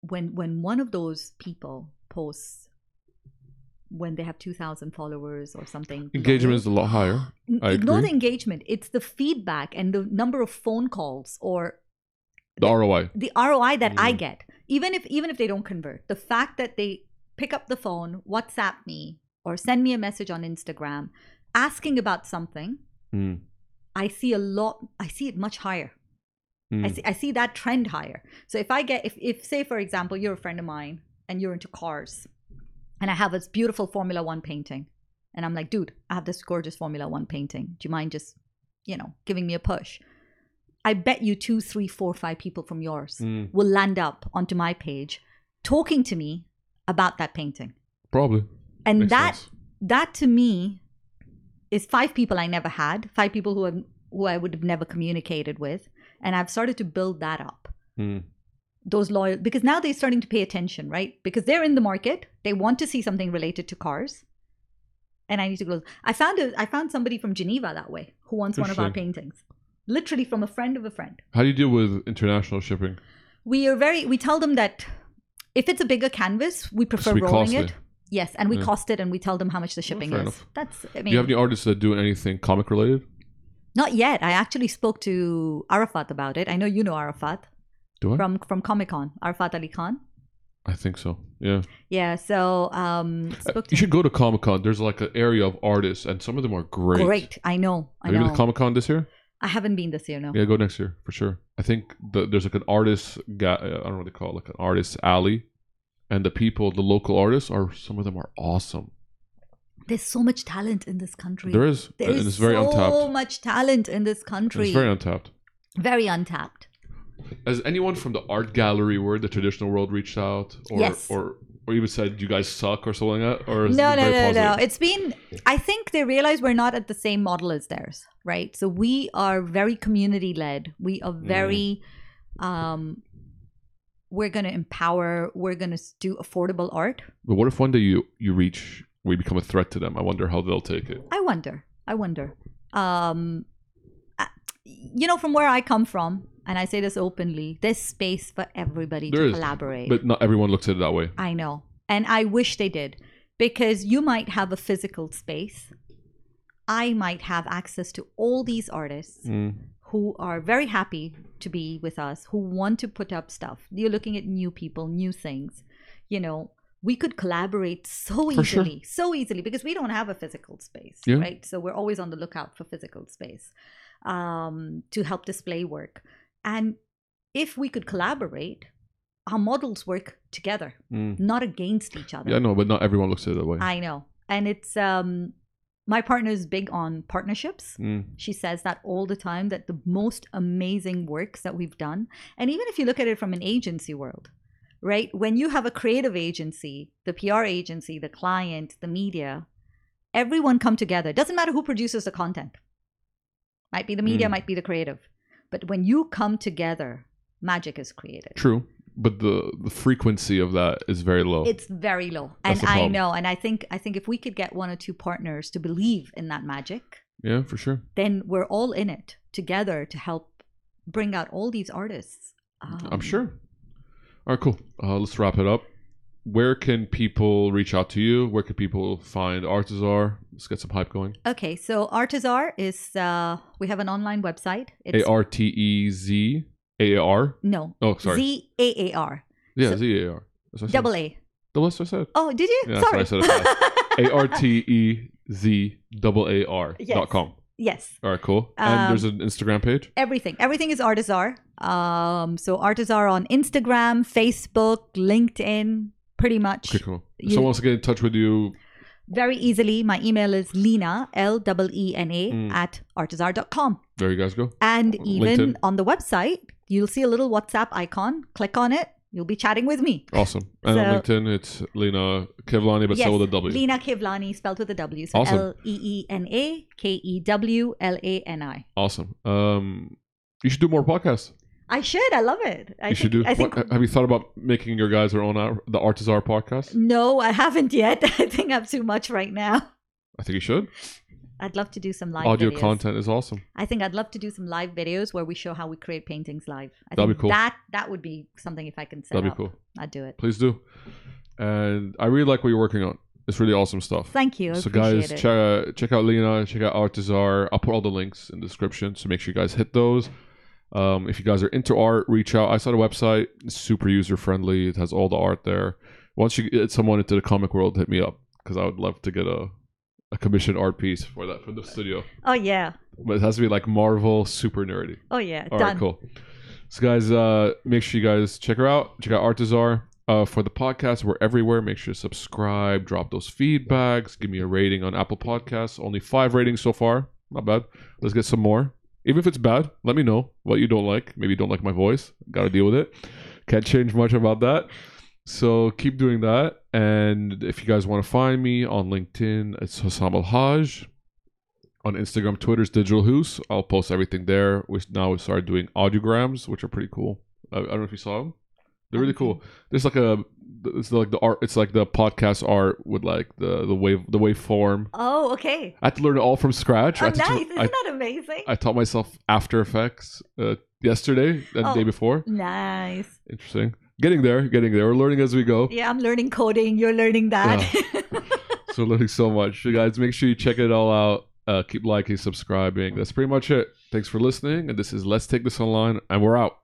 when when one of those people posts when they have two thousand followers or something.
Engagement is a lot higher.
N-
I
ignore
agree.
the engagement. It's the feedback and the number of phone calls or
The ROI.
the ROI that I
Mm.
get, even if even if they don't convert, the fact that they pick up the phone, WhatsApp me, or send me a message on Instagram, asking about something,
Mm.
I see a lot. I see it much higher. I
Mm.
see, I see that trend higher. So if I get, if, if say for example, you're a friend of mine and you're into cars, and I have this beautiful Formula One painting, and I'm like, dude, I have this gorgeous Formula One painting. Do you mind just, you know, giving me a push? I bet you two, three, four, five people from yours
Mm.
will land up onto my page, talking to me about that painting,
Probably.
and
Makes
that
sense.
that to me is five people I never had, five people who have, who I would have never communicated with, and I've started to build that up.
Mm.
Those loyal because now they're starting to pay attention, right? Because they're in the market, they want to see something related to cars, and I need to go. I found a I found somebody from Geneva that way who wants one of our paintings, literally from a friend of a friend.
How do you deal with international shipping?
We are very we tell them that if it's a bigger canvas, we prefer
be
rolling
costly.
it. Yes, and we
Yeah.
cost it, and we tell them how much the shipping
fair
is.
enough.
That's I mean,
Do you have any artists that do anything comic related?
Not yet. I actually spoke to Arafat about it. I know you know Arafat
Do I?
from from Comic Con. Arafat Ali Khan.
I think so. Yeah.
Yeah. So um,
Uh,
spoke to
you
him.
should go to Comic Con. There's like an area of artists, and some of them are great.
Great. I know. I
Maybe
know.
the Comic Con this year?
I haven't been this year. No.
Yeah, go next year for sure. I think the, there's like an artist. Ga- I don't know what they call it, like an artist alley, and the people, the local artists, are some of them are awesome.
There's so much talent in this country.
There is,
There
and
is
it's very
so
untapped.
much talent in this country.
It's very untapped.
Very untapped.
Has anyone from the art gallery world, the traditional world, reached out, or
Yes.
or or even said you guys suck or something like that, or is
no
it
no
very
no no
positive?
it's been i think they realize we're not at the same model as theirs right so we are very community led we are
Mm.
very um we're going to empower we're going to do affordable art
But what if one day you you reach, we become a threat to them? I wonder how they'll take it.
i wonder i wonder um I- you know from where i come from and i say this openly there's space for everybody
There
to
is,
collaborate
But not everyone looks at it that way.
I know. And I wish they did because you might have a physical space. I might have access to all these artists
Mm.
who are very happy to be with us, who want to put up stuff. You're looking at new people, new things. You know, we could collaborate so
For sure.
easily, so easily because we don't have a physical space,
Yeah.
right? So we're always on the lookout for physical space um, to help display work. And if we could collaborate, our models work together
Mm.
not against each other.
Yeah, I know, but not everyone looks at it that way.
I know. And it's um my partner's big on partnerships.
Mm.
She says that all the time that the most amazing works that we've done, and even if you look at it from an agency world, right? When you have a creative agency, the PR agency, the client, the media, everyone come together. It doesn't matter who produces the content. Might be the media,
Mm.
might be the creative. But when you come together, magic is created.
True, but the the frequency of that is very low.
It's very low,
That's
and
the
I
problem.
know, and I think I think if we could get one or two partners to believe in that magic,
yeah, for sure.
then we're all in it together to help bring out all these artists.
I'm
Um,
sure. All right, cool. Uh, let's wrap it up. Where can people reach out to you? Where can people find Artizar? Let's get some hype going.
Okay, so Artizar is uh, we have an online website.
A R T E Z A R.
no
Oh, sorry.
Z A A R
yeah,
so-
Z A R. That's what I said.
double A.
Double that's what I said.
Oh, did you?
Yeah, that's
sorry.
what I said A R T E Z double A R dot
Yes.
com.
yes.
All right, cool. And
Um,
there's an Instagram page.
everything. Everything is Artizar. Um, so Artizar on Instagram, Facebook, LinkedIn, pretty much.
Okay, cool. If
you-
Someone wants to get in touch with you.
Very easily. My email is lena, L E N A,
Mm.
at artizar.com.
There you guys go.
And
LinkedIn.
even on the website, you'll see a little WhatsApp icon. Click on it. You'll be chatting with me.
Awesome. And on
So-
LinkedIn, it's Lena Kevlani, but spelled with a W.
Lena Kevlani, spelled with a W. So
Awesome.
L E E N A K E W L A N I.
Awesome. Um, you should do more podcasts.
I should. I love it. I
you
think,
should do.
I think.
what, uh, have you thought about making your guys their own uh, the Artizar podcast?
No, I haven't yet. I think I'm too much right now.
I think you should.
I'd love to do some live
Audio
videos.
content is awesome.
I think I'd love to do some live videos where we show how we create paintings live. I
That'd be
think
cool.
That that would be something if I can set
That'd be
up.
cool.
I'd do it.
Please do. And I really like what you're working on. It's really awesome stuff.
Thank you. I
so
appreciate
guys,
it.
check check out Lena, check out Artizar. I'll put all the links in the description, so make sure you guys hit those. Um, if you guys are into art, reach out. I saw the website; it's super user friendly. It has all the art there. Once you get someone into the comic world, hit me up because I would love to get a a commissioned art piece for that for the studio.
oh yeah.
But it has to be like Marvel, super nerdy.
Oh yeah.
All right,
Done.
cool. So, guys, uh, make sure you guys check her out. Check out Artizar. Uh, for the podcast, we're everywhere. Make sure to subscribe, drop those feedbacks, give me a rating on Apple Podcasts. Only five ratings so far. Not bad. Let's get some more. Even if it's bad, let me know what you don't like. Maybe you don't like my voice. Got to deal with it. Can't change much about that. So keep doing that. And if you guys want to find me on LinkedIn, it's Hassam Al Haj on Instagram, Twitter's Digital Hoos. I'll post everything there. We now we started doing audiograms, which are pretty cool. I, I don't know if you saw them. They're really cool.
Mm-hmm.
There's like a it's like the art. It's like the podcast art with like the the wave the waveform.
Oh, okay.
I had to learn it all from scratch.
Oh,
I,
nice.
had to-
Isn't
I,
that amazing?
I taught myself After Effects uh, yesterday and the day
Oh.
before.
nice.
Interesting. Getting there, getting there. We're learning as we go.
Yeah, I'm learning coding. You're learning that.
So learning so much. You guys, make sure you check it all out. Uh, keep liking, subscribing. That's pretty much it. Thanks for listening. And this is Let's Take This Online, and we're out.